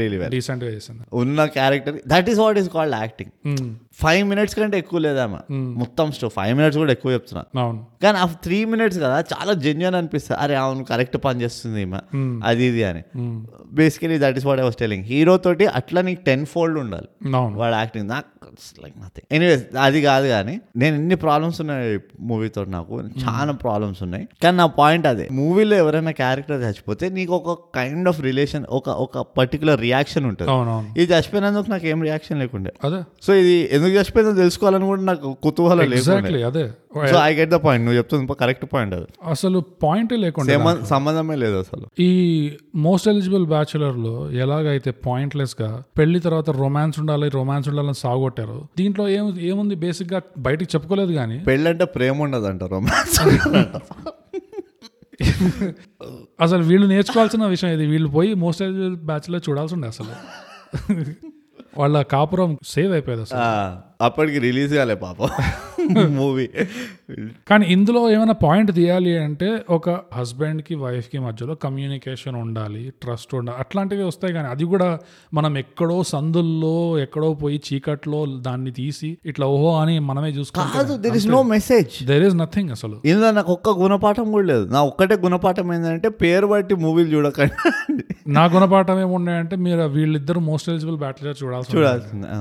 [SPEAKER 1] really well
[SPEAKER 2] decent గా చేసింది
[SPEAKER 1] ఉన్న character that is what is called acting
[SPEAKER 2] um,
[SPEAKER 1] five minutes కంటే ఎక్కువ లేదామా మొత్తం స్టో ఫైవ్ మినిట్స్ కూడా ఎక్కువ చెప్తున్నా
[SPEAKER 2] అవును
[SPEAKER 1] కానీ ఆ త్రీ మినిట్స్ కదా చాలా జెన్యున్ అనిపిస్తుంది అరే అవును కరెక్ట్ పని చేస్తుంది ఈమె అది ఇది అని basically that is what I was telling hero తోటి అట్లా నీకు టెన్ ఫోల్డ్ ఉండాలి
[SPEAKER 2] అవును
[SPEAKER 1] వాడు యాక్టింగ్ నాకు లైక్ నథింగ్ ఎనీవేస్ అది కాదు కానీ నేను ఎన్ని ప్రాబ్లమ్స్ ఉన్నాయి మూవీతో నాకు చాలా ప్రాబ్లమ్స్ ఉన్నాయి కానీ నా పాయింట్ అదే మూవీలో ఎవరైనా క్యారెక్టర్ చచ్చిపోతే నీకు ఒక కైండ్ ఆఫ్ రిలేషన్ ఒక ఒక పర్టికులర్ రియాక్షన్ ఉంటుంది
[SPEAKER 2] అవునవును
[SPEAKER 1] ఇది చచ్చిపోయినందుకు నాకు ఏం రియాక్షన్ లేకుండే
[SPEAKER 2] అదే
[SPEAKER 1] సో ఇది ఎందుకు చచ్చిపోయిందో తెలుసుకోవాలని కూడా నాకు కుతూహలం లేదు
[SPEAKER 2] ఎగ్జాక్ట్లీ అదే
[SPEAKER 1] so I get the point నువ్వు చెప్తుంది కరెక్ట్ పాయింట్ అది
[SPEAKER 2] అసలు పాయింటే లేకుండా
[SPEAKER 1] సంబ- సంబంధమే లేదు అసలు
[SPEAKER 2] ఈ మోస్ట్ ఎలిజిబుల్ బ్యాచులర్ లో ఎలాగైతే పాయింట్లెస్ గా పెళ్లి తర్వాత రొమాన్స్ ఉండాలి రొమాన్స్ ఉండాలని సాగొట్టారు దీంట్లో ఏం ఏముంది బేసిక్ గా బయటికి చెప్పుకోలేదు కానీ
[SPEAKER 1] పెళ్ళంటే ప్రేమ ఉండదు అంట రొమాన్స్
[SPEAKER 2] అసలు వీళ్ళు నేర్చుకోవాల్సిన విషయం ఇది వీళ్ళు పోయి మోస్ట్ ఎలిజిబుల్ బ్యాచులర్ చూడాల్సి ఉండే అసలు వాళ్ళ కాపురం సేవ్ అయిపోయేది అసలు
[SPEAKER 1] అప్పటికి రిలీజ్ కాలే పాపం మూవీ
[SPEAKER 2] కానీ ఇందులో ఏమైనా పాయింట్ తీయాలి అంటే ఒక హస్బెండ్ కి వైఫ్ కి మధ్యలో కమ్యూనికేషన్ ఉండాలి ట్రస్ట్ ఉండాలి అట్లాంటివి వస్తాయి కానీ అది కూడా మనం ఎక్కడో సందుల్లో ఎక్కడో పోయి చీకట్లో దాన్ని తీసి ఇట్లా ఓహో అని మనమే
[SPEAKER 1] కాదు
[SPEAKER 2] చూసుకోవాలి
[SPEAKER 1] there is no message
[SPEAKER 2] there is nothing అసలు
[SPEAKER 1] ఇందులో నాకు ఒక్క గుణపాఠం కూడా లేదు నా ఒక్కటే గుణపాఠం ఏంటంటే పేరు బట్టి మూవీలు చూడకండి
[SPEAKER 2] నా గుణపాఠం ఏమున్నాయంటే మీరు వీళ్ళిద్దరు మోస్ట్ ఎలిజిబుల్ బ్యాటిలర్ చూడాల్సి ఉంటుంది.
[SPEAKER 1] చూడాల్సింది ఆ,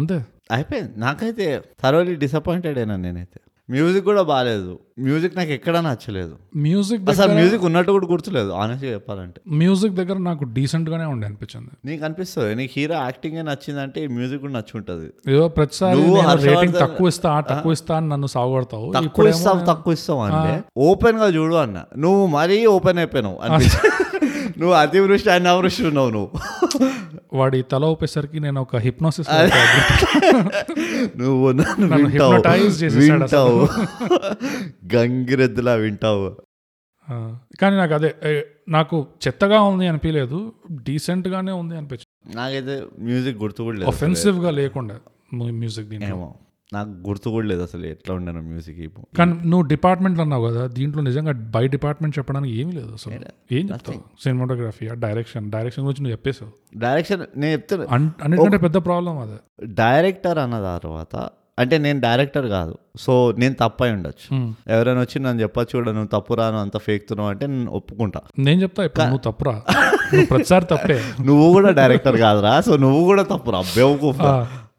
[SPEAKER 2] అంతే
[SPEAKER 1] అయిపోయింది నాకైతే థరోలీ డిసప్పాయింటెడ్ అయినా నేనైతే మ్యూజిక్ కూడా బాగాలేదు మ్యూజిక్ నాకు ఎక్కడా నచ్చలేదు
[SPEAKER 2] మ్యూజిక్
[SPEAKER 1] అసలు మ్యూజిక్ ఉన్నట్టు కూడా గుర్తులేదు ఆనెస్ట్గా చెప్పాలంటే
[SPEAKER 2] మ్యూజిక్ దగ్గర నాకు decent గానే ఉండే అనిపించింది
[SPEAKER 1] నీకు అనిపిస్తుంది నీకు హీరో యాక్టింగే నచ్చిందంటే ఈ మ్యూజిక్ కూడా నచ్చుంటది
[SPEAKER 2] ఏదో ప్రతిసారి
[SPEAKER 1] నువ్వు
[SPEAKER 2] నేను
[SPEAKER 1] హర్షవర్ధన్-
[SPEAKER 2] రేటింగ్ తక్కువ ఇస్తా తక్కువ ఇస్తా అని నన్ను సాగుపడతావు
[SPEAKER 1] తక్కువ
[SPEAKER 2] ఇప్పుడేమో
[SPEAKER 1] ఇస్తావు తక్కువ ఇస్తావు అంటే ఓపెన్ గా చూడు అన్న నువ్వు మరీ ఓపెన్ అయిపోయినావు అనిపించింది
[SPEAKER 2] (laughs)
[SPEAKER 1] నువ్వు అతివృష్టి అనావృష్టి ఉన్నావు నువ్వు
[SPEAKER 2] వాడి తల ఊపేసరికి నేను ఒక హిప్నోసిస్
[SPEAKER 1] నువ్వు నన్ను
[SPEAKER 2] నన్ను
[SPEAKER 1] వింటావు
[SPEAKER 2] hypnotize చేసేసాడు అసలు.
[SPEAKER 1] వింటావు (laughs) గంగిరెద్దులా వింటావు
[SPEAKER 2] కానీ నాకు అదే ఏ, నాకు చెత్తగా ఉంది అనిపించలేదు డీసెంట్ గానే ఉంది అనిపించింది
[SPEAKER 1] నాకైతే మ్యూజిక్ గుర్తు కూడా లేదు అసలు.
[SPEAKER 2] ఒఫెన్సివ్ గా లేకుండా ము- మ్యూజిక్ దీంట్లో
[SPEAKER 1] ఏమో నాకు గుర్తు కూడా లేదు అసలు ఎట్లా ఉండను మ్యూజిక్ ఇప్పుడు
[SPEAKER 2] కానీ నువ్వు డిపార్ట్మెంట్ అన్నావు కదా దీంట్లో నిజంగా బై డిపార్ట్మెంట్ చెప్పడానికి ఏమీ లేదు అసలు ఏం చెప్తావు సినిమాటోగ్రఫీ డైరెక్షన్ డైరెక్షన్ గురించి నువ్వు చెప్పేసావు
[SPEAKER 1] డైరెక్షన్ నేను చెప్తాను
[SPEAKER 2] అన్- అన్నిటికంటే పెద్ద ప్రాబ్లం అదే
[SPEAKER 1] డైరెక్టర్ అన్న తర్వాత అంటే నేను డైరెక్టర్ కాదు సో నేను తప్పై ఉండొచ్చు
[SPEAKER 2] Hmm.
[SPEAKER 1] ఎవరైనా వచ్చి నన్ను చెప్పచ్చు కూడా నువ్వు తప్పు రాను అంత ఫేక్తున్నావు అంటే నేను ఒప్పుకుంటా
[SPEAKER 2] నేను చెప్తా ఇప్పుడు నువ్వు తప్పురా నువ్వు ప్రతిసారి తప్పే
[SPEAKER 1] నువ్వు కూడా డైరెక్టర్ కాదురా సో నువ్వు కూడా తప్పురా బెవకూఫ్
[SPEAKER 2] ఆ.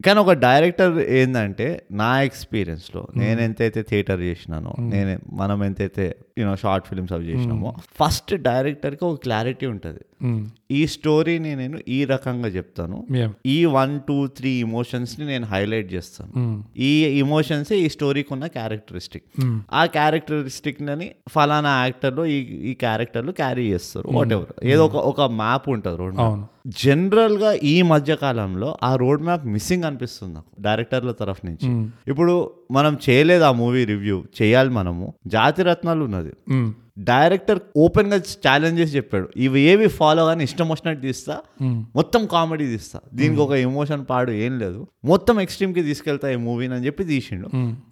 [SPEAKER 1] కానీ ఒక డైరెక్టర్ ఏంటంటే నా ఎక్స్పీరియన్స్లో నేను ఎంతైతే థియేటర్ చేసినానో నేను మనం ఎంతైతే యూనో షార్ట్ ఫిల్మ్స్ అవి చేసినామో ఫస్ట్ డైరెక్టర్కి ఒక క్లారిటీ ఉంటుంది
[SPEAKER 2] ఉమ్,
[SPEAKER 1] ఈ స్టోరీని నేను ఈ రకంగా చెప్తాను
[SPEAKER 2] ఏం
[SPEAKER 1] ఈ వన్ టూ త్రీ ఇమోషన్స్ని నేను హైలైట్ చేస్తాను
[SPEAKER 2] ఉమ్,
[SPEAKER 1] ఈ ఇమోషన్స్ ఈ స్టోరీకి ఉన్న క్యారెక్టరిస్టిక్
[SPEAKER 2] Hmm.
[SPEAKER 1] ఆ క్యారెక్టరిస్టిక్ని ఫలానా యాక్టర్లు ఈ ఈ క్యారెక్టర్లు క్యారీ చేస్తారు వాట్ ఎవర్ ఏదో ఒక ఒక మ్యాప్ ఉంటుంది రోడ్
[SPEAKER 2] అవును
[SPEAKER 1] జనరల్ గా ఈ మధ్య కాలంలో ఆ రోడ్ మ్యాప్ మిస్సింగ్ అనిపిస్తుంది నాకు డైరెక్టర్ల తరఫు నుంచి ఇప్పుడు మనం చేయలేదు ఆ మూవీ రివ్యూ చేయాలి మనము జాతి రత్నాలు ఉన్నది
[SPEAKER 2] ఉమ్,
[SPEAKER 1] డైరెక్టర్ ఓపెన్ గా ఛాలెంజ్ చేసి చెప్పాడు ఇవి ఏవి ఫాలో కానీ ఇష్టం వచ్చినట్టు తీస్తా
[SPEAKER 2] ఉమ్.
[SPEAKER 1] మొత్తం కామెడీ తీస్తా దీనికి ఒక ఎమోషన్ పాడు ఏం లేదు మొత్తం ఎక్స్ట్రీమ్ కి తీసుకెళ్తా ఈ మూవీని అని చెప్పి తీసిండు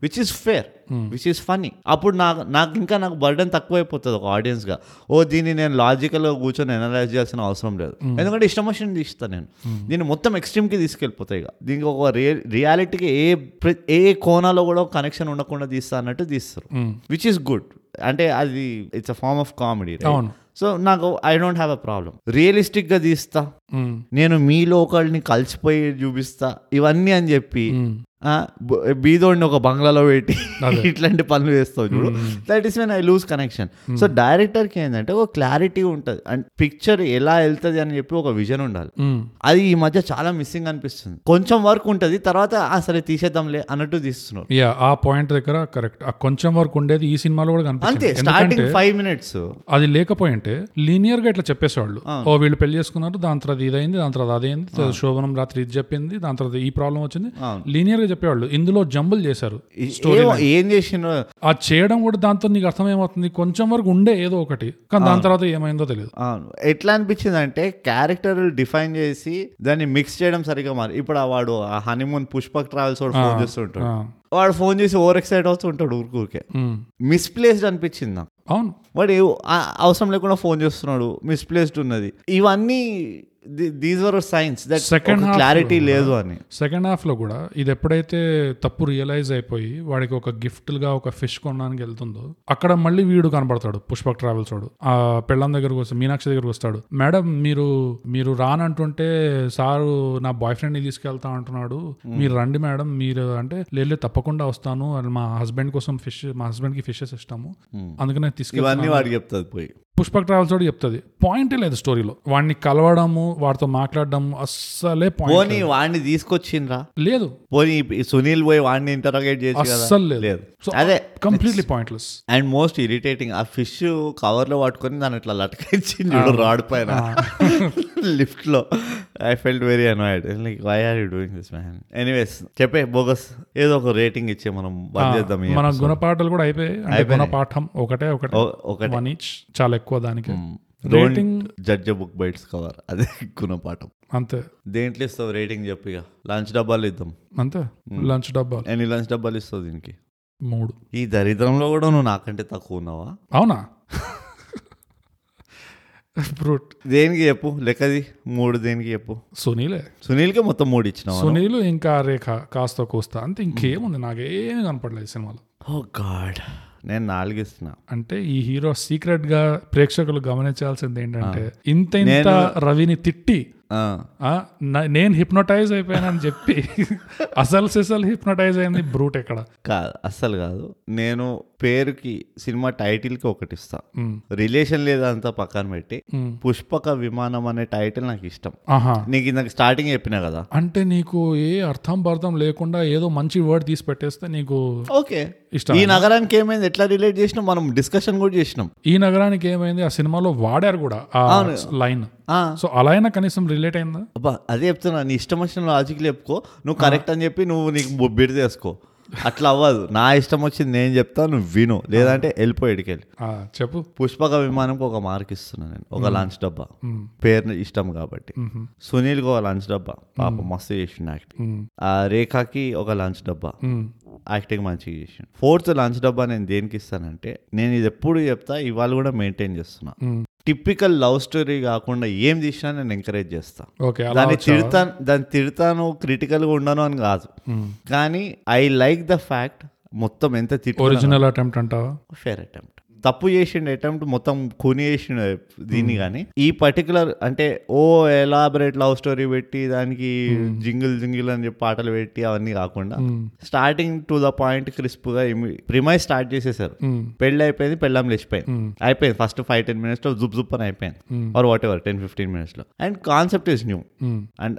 [SPEAKER 1] which is fair which is funny అప్పుడు నాకు నాకు ఇంకా నాకు బర్డెన్ తక్కువైపోతుంది ఒక ఆడియన్స్ గా ఓ దీన్ని నేను లాజికల్ గా కూర్చొని అనలైజ్ చేయాల్సిన అవసరం లేదు ఎందుకంటే ఇష్టం వచ్చిన తీస్తా నేను దీన్ని మొత్తం ఎక్స్ట్రీమ్ కి తీసుకెళ్ళిపోతాయి ఇక దీనికి ఒక రే రియాలిటీకి ఏ ప్ర- ఏ కోణాలో కూడా కనెక్షన్ ఉండకుండా తీస్తా అన్నట్టు తీస్తారు
[SPEAKER 2] ఉమ్.
[SPEAKER 1] విచ్ ఇస్ గుడ్ అంటే అది it's a form of comedy
[SPEAKER 2] అవును.
[SPEAKER 1] సో నాకు I don't have a problem realistic గా తీస్తా
[SPEAKER 2] ఉమ్,
[SPEAKER 1] నేను మీలో ఒకళ్ళని కలిసిపోయి చూపిస్తా ఇవన్నీ అని చెప్పి
[SPEAKER 2] ఉమ్.
[SPEAKER 1] ఆ, బ- బీదోడిని ఒక బంగ్లాలో పెట్టి
[SPEAKER 2] అదే.
[SPEAKER 1] (laughs) ఇట్లాంటి పనులు వేస్తావు చూడు that is when I lose connection so డైరెక్టర్కి ఏంటంటే ఒక క్లారిటీ ఉంటుంది అండ్ పిక్చర్ ఎలా వెళ్తుంది అని చెప్పి ఒక విజన్ ఉండాలి
[SPEAKER 2] ఉమ్,
[SPEAKER 1] అది ఈ మధ్య చాలా మిస్సింగ్ అనిపిస్తుంది కొంచెం వర్క్ ఉంటుంది తర్వాత "ఆ, సరే తీసేద్దాంలే అన్నట్టు తీస్తున్నారు
[SPEAKER 2] యా ఆ పాయింట్ దగ్గర కరెక్ట్ ఆ కొంచెం వరకు ఉండేది ఈ సినిమాలో కూడా
[SPEAKER 1] అంతే
[SPEAKER 2] కనిపించింది
[SPEAKER 1] స్టార్టింగ్ ఫైవ్ మినిట్స్
[SPEAKER 2] అది లేకపోయింటే లీనియర్ గా ఇట్లా చెప్పేసేవాళ్ళు ఓ వీళ్ళు పెళ్లి చేసుకున్నారు దాని తర్వాత ఇదైంది దాని తర్వాత అదేంది తర్వాత శోభనం రాత్రి ఇది చెప్పింది దాని తర్వాత ఈ ప్రాబ్లం వచ్చింది
[SPEAKER 1] అవును.
[SPEAKER 2] లీనియర్ గా చెప్పేవాళ్ళు ఇందులో జంబులు చేశారు
[SPEAKER 1] ఏం చేసిండ్రో
[SPEAKER 2] ఆ చేయడం కూడా దాంతో నీకు అర్థమేమవుతుంది కొంచెం వరకు ఉండే ఏదో ఒకటి కానీ దాని తర్వాత ఏమైందో తెలియదు
[SPEAKER 1] అవును ఎట్లా అనిపించింది అంటే క్యారెక్టర్ డిఫైన్ చేసి దాన్ని మిక్స్ చేయడం సరిగా మరి ఇప్పుడు ఆ వాడు ఆ హనీమూన్ పుష్పక్ ట్రావెల్స్ వాడు ఫోన్ చేస్తుంటాడు
[SPEAKER 2] ఆ,
[SPEAKER 1] వాడు ఫోన్ చేసి ఓవర్ ఎక్సైట్ అవుతుంటాడు ఊరికూరికే
[SPEAKER 2] ఉమ్,
[SPEAKER 1] మిస్ప్లేస్డ్ అనిపించింది నాకు
[SPEAKER 2] అవును
[SPEAKER 1] వాడు ఏ- ఆ- అవసరం లేకుండా ఫోన్ చేస్తున్నాడు మిస్ప్లేస్డ్ ఉన్నది ఇవన్నీ these were signs that
[SPEAKER 2] Second half
[SPEAKER 1] clarity లేదు అని
[SPEAKER 2] సెకండ్ హాఫ్ లో కూడా ఇది ఎప్పుడైతే తప్పు రియలైజ్ అయిపోయి వాడికి ఒక గిఫ్ట్ గా ఒక ఫిష్ కొనడానికి వెళ్తుందో అక్కడ మళ్ళీ వీడు కనబడతాడు పుష్పక్ ట్రావెల్స్ వాడు ఆ పెళ్ళం దగ్గరకు వస్తాడు మీనాక్షి దగ్గరకు వస్తాడు మేడం మీరు మీరు రానంటుంటే సారు నా బాయ్ ఫ్రెండ్ ని తీసుకెళ్తా అంటున్నాడు మీరు రండి మేడం మీరు అంటే లేదు తప్పకుండా వస్తాను అని మా హస్బెండ్ కోసం ఫిష్ మా హస్బెండ్ కి ఫిషెస్ ఇష్టము అందుకనే తీసుకెళ్తాను
[SPEAKER 1] ఇవన్నీ వాడికి చెప్తుంది పోయి
[SPEAKER 2] పుష్పక్ ట్రావెల్స్ వాడు చెప్తుంది పాయింటే లేదు స్టోరీలో వాడిని కలవడము వాడితో మాట్లాడడం అస్సలే పాయింట్
[SPEAKER 1] పోనీ వాడిని తీసుకొచ్చిండ్రా
[SPEAKER 2] లేదు
[SPEAKER 1] పోనీ ఈ సునీల్ పోయి వాడిని ఇంటరాగేట్ చేసి కదా
[SPEAKER 2] అస్సలు లేదు
[SPEAKER 1] లేదు
[SPEAKER 2] సో
[SPEAKER 1] అదే
[SPEAKER 2] completely pointless
[SPEAKER 1] and most irritating ఆ ఫిష్ కవర్ లో పట్టుకొని దాన్ని ఇట్లా లటకించి చూడు రాడ్ పైన లిఫ్ట్ లో I felt very annoyed like why are you doing this man anyways చెప్పే బోగస్ ఏదో ఒక రేటింగ్ ఇచ్చే మనం బంద్ చేద్దాం ఈ
[SPEAKER 2] మన
[SPEAKER 1] episode.
[SPEAKER 2] గుణపాఠాలు కూడా అయిపోయాయి అంటే గుణపాఠం ఒకటే ఒకటే
[SPEAKER 1] ఓ- Hmm. ఒకటే
[SPEAKER 2] వన్ ఈచ్ చాలా ఎక్కువ దానికి rating
[SPEAKER 1] judge book by its cover అదే గుణపాఠం
[SPEAKER 2] అంతే
[SPEAKER 1] దేంట్లో ఇస్తావు రేటింగ్ చెప్పు ఇక లంచ్ డబ్బాలు ఇద్దాం
[SPEAKER 2] అంతే
[SPEAKER 1] Hmm.
[SPEAKER 2] లంచ్ డబ్బాలు
[SPEAKER 1] ఎన్ని లంచ్ డబ్బాలు ఇస్తావు దీనికి
[SPEAKER 2] మూడు
[SPEAKER 1] ఈ దరిద్రంలో కూడా నువ్వు నాకంటే తక్కువ ఉన్నావా
[SPEAKER 2] అవునా (laughs) బ్రూట్
[SPEAKER 1] దేనికి చెప్పు లెక్కది మూడు దేనికి చెప్పు
[SPEAKER 2] సునీలే
[SPEAKER 1] సునీల్కి మొత్తం మూడు ఇచ్చినావా నువ్వు?
[SPEAKER 2] సునీల్ ఇంకా రేఖ కాస్త కూస్తా అంతే ఇంకేముంది నాకేం కనపడలేదు ఈ సినిమాలో
[SPEAKER 1] ఓ గాడ్ నేను నాలుగు ఇస్తున్నా
[SPEAKER 2] అంటే ఈ హీరో సీక్రెట్ గా ప్రేక్షకులు గమనించాల్సింది ఏంటంటే ఇంత ఇంత రవిని తిట్టి
[SPEAKER 1] ఆ,
[SPEAKER 2] ఆ, నా- నేను హిప్నోటైజ్ అయిపోయానని చెప్పి అసలు సిసలు హిప్నోటైజ్ అయింది బ్రూట్ ఎక్కడ
[SPEAKER 1] కాదు అస్సలు కాదు నేను పేరుకి సినిమా టైటిల్కి ఒకటి ఇస్తా
[SPEAKER 2] ఉమ్,
[SPEAKER 1] రిలేషన్ లేదంతా పక్కన పెట్టి
[SPEAKER 2] ఉమ్.
[SPEAKER 1] పుష్పక విమానం అనే టైటిల్ నాకు ఇష్టం
[SPEAKER 2] ఆహా
[SPEAKER 1] నీకు ఇందాక స్టార్టింగ్ చెప్పినా కదా
[SPEAKER 2] అంటే నీకు ఏ అర్థం పర్థం లేకుండా ఏదో మంచి వర్డ్ తీసి పెట్టేస్తే నీకు
[SPEAKER 1] ఓకే
[SPEAKER 2] ఇష్టం
[SPEAKER 1] ఈ నగరానికి ఏమైంది ఎట్లా రిలేట్ చేసినాం మనం డిస్కషన్ కూడా చేసినాం
[SPEAKER 2] ఈ నగరానికి ఏమైంది ఆ సినిమాలో వాడారు కూడా ఆ లైన్
[SPEAKER 1] ఆ,
[SPEAKER 2] సో అలా అయినా కనీసం రిలేట్ అయిందా
[SPEAKER 1] అబ్బా అదే చెప్తున్నా నీ ఇష్టం వచ్చిన లాజిక్ చెప్పుకో నువ్వు కరెక్ట్ అని చెప్పి నువ్వు నీకు బిడ్ చేసుకో అట్లా అవ్వదు నా ఇష్టం వచ్చింది నేను చెప్తా నువ్వు విను లేదంటే వెళ్ళిపో ఎడికెళ్ళి
[SPEAKER 2] ఆ, చెప్పు
[SPEAKER 1] పుష్పక విమానంకి ఒక మార్క్ ఇస్తున్నా నేను ఒక లంచ్ డబ్బా
[SPEAKER 2] మ్మ్.
[SPEAKER 1] పేరు ఇష్టం కాబట్టి
[SPEAKER 2] మ్మ్.
[SPEAKER 1] సునీల్కి ఒక లంచ్ డబ్బా పాప మస్తు చేసిండు యాక్టింగ్
[SPEAKER 2] మ్మ్.
[SPEAKER 1] ఆ రేఖకి ఒక లంచ్ డబ్బా
[SPEAKER 2] మ్మ్.
[SPEAKER 1] యాక్టింగ్ మంచిగా చేసిండు ఫోర్త్ లంచ్ డబ్బా నేను దేనికి ఇస్తానంటే నేను ఇది ఎప్పుడు చెప్తా ఇవాళ కూడా మెయింటైన్ చేస్తున్నా
[SPEAKER 2] మ్మ్.
[SPEAKER 1] టిపికల్ లవ్ స్టోరీ కాకుండా ఏం తీసినా నేను ఎంకరేజ్ చేస్తా
[SPEAKER 2] ఓకే అలా
[SPEAKER 1] దాన్ని
[SPEAKER 2] వచ్చావా?
[SPEAKER 1] తిడతాను దాన్ని తిడతాను క్రిటికల్గా ఉండను అని కాదు
[SPEAKER 2] మ్మ్.
[SPEAKER 1] కానీ ఐ లైక్ ద ఫ్యాక్ట్ మొత్తం ఎంత తిట్టు
[SPEAKER 2] ఒరిజినల్ అటెంప్ట్ అంటావా
[SPEAKER 1] ఫేర్ అటెంప్ట్ తప్పు చేసిండు అటెంప్ట్ మొత్తం కొని చేసిండు దీన్ని కానీ ఈ పర్టికులర్ అంటే ఓ ఎలాబరేట్ లవ్ స్టోరీ పెట్టి దానికి జింగిల్ జింగిల్ అని చెప్పి పాటలు పెట్టి అవన్నీ కాకుండా
[SPEAKER 2] మ్మ్.
[SPEAKER 1] స్టార్టింగ్ టు ద పాయింట్ క్రిస్ప్గా ప్రిమైజ్ స్టార్ట్ చేసేసారు
[SPEAKER 2] మ్మ్.
[SPEAKER 1] పెళ్ళి అయిపోయింది పెళ్ళం లేచిపోయింది
[SPEAKER 2] Hmm.
[SPEAKER 1] అయిపోయింది ఫస్ట్ ఫైవ్ టెన్ మినిట్స్లో జుప్ జుప్ అని అయిపోయింది
[SPEAKER 2] Hmm.
[SPEAKER 1] Or whatever ten fifteen మినిట్స్లో and concept is new
[SPEAKER 2] hmm.
[SPEAKER 1] And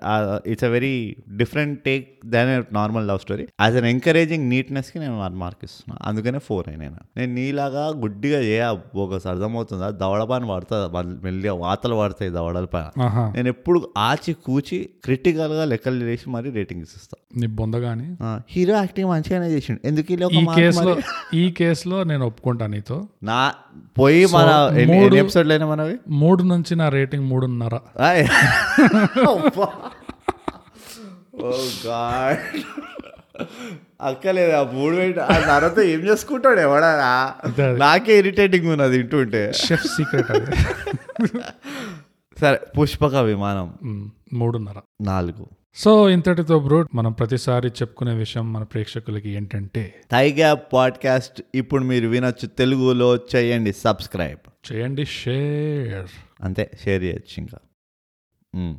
[SPEAKER 1] it's a very different take than normal love story as an encouraging నీట్నెస్కి నేను మార్క్ ఇస్తున్నా అందుకనే ఫోర్ అయినా నేను నీలాగా గుడ్డిగా ఏ ఒకసారి అర్థమవుతుందా దవడపాని పడుతుంది మెల్లిగా వాతలు పడతాయి దవడల పైన
[SPEAKER 2] ఆహా
[SPEAKER 1] నేను ఎప్పుడు ఆచి కూచి క్రిటికల్గా లెక్కలు వేసి మరీ రేటింగ్ ఇస్తా
[SPEAKER 2] నీ బొందగాని
[SPEAKER 1] హీరో యాక్టింగ్ మంచిగానే చేసిండు ఎందుకు ఇలా
[SPEAKER 2] ఈ
[SPEAKER 1] ఒక mark
[SPEAKER 2] కేసులో
[SPEAKER 1] మరి?
[SPEAKER 2] ఈ కేసులో నేను ఒప్పుకుంటా నీతో
[SPEAKER 1] నా పోయి మన ఎన్ని-
[SPEAKER 2] మూడు-
[SPEAKER 1] ఎన్ని ఎపిసోడ్లు అయినా మనవి
[SPEAKER 2] మూడు నుంచి నా రేటింగ్ మూడున్నర
[SPEAKER 1] ఆయ్. అబ్బా. Oh God. అక్కలేదు ఆ మూడు వేట ఆ నరతో ఏం చేసుకుంటాడు ఎవడరా
[SPEAKER 2] అంతే అది.
[SPEAKER 1] నాకే ఇరిటేటింగ్ ఉన్నది వింటుంటే
[SPEAKER 2] షెఫ్ సీక్రెట్ అది
[SPEAKER 1] సరే పుష్పక విమానం
[SPEAKER 2] (laughs) మ్మ్. మూడున్నర
[SPEAKER 1] నాలుగు
[SPEAKER 2] సో ఇంతటితో బ్రూట్ మనం ప్రతిసారి చెప్పుకునే విషయం మన ప్రేక్షకులకి ఏంటంటే
[SPEAKER 1] థై గ్యాప్ పాడ్కాస్ట్ ఇప్పుడు మీరు వినొచ్చు తెలుగులో చేయండి సబ్స్క్రైబ్
[SPEAKER 2] చేయండి షేర్
[SPEAKER 1] అంతే షేర్ చేయొచ్చు ఇంకా మ్మ్.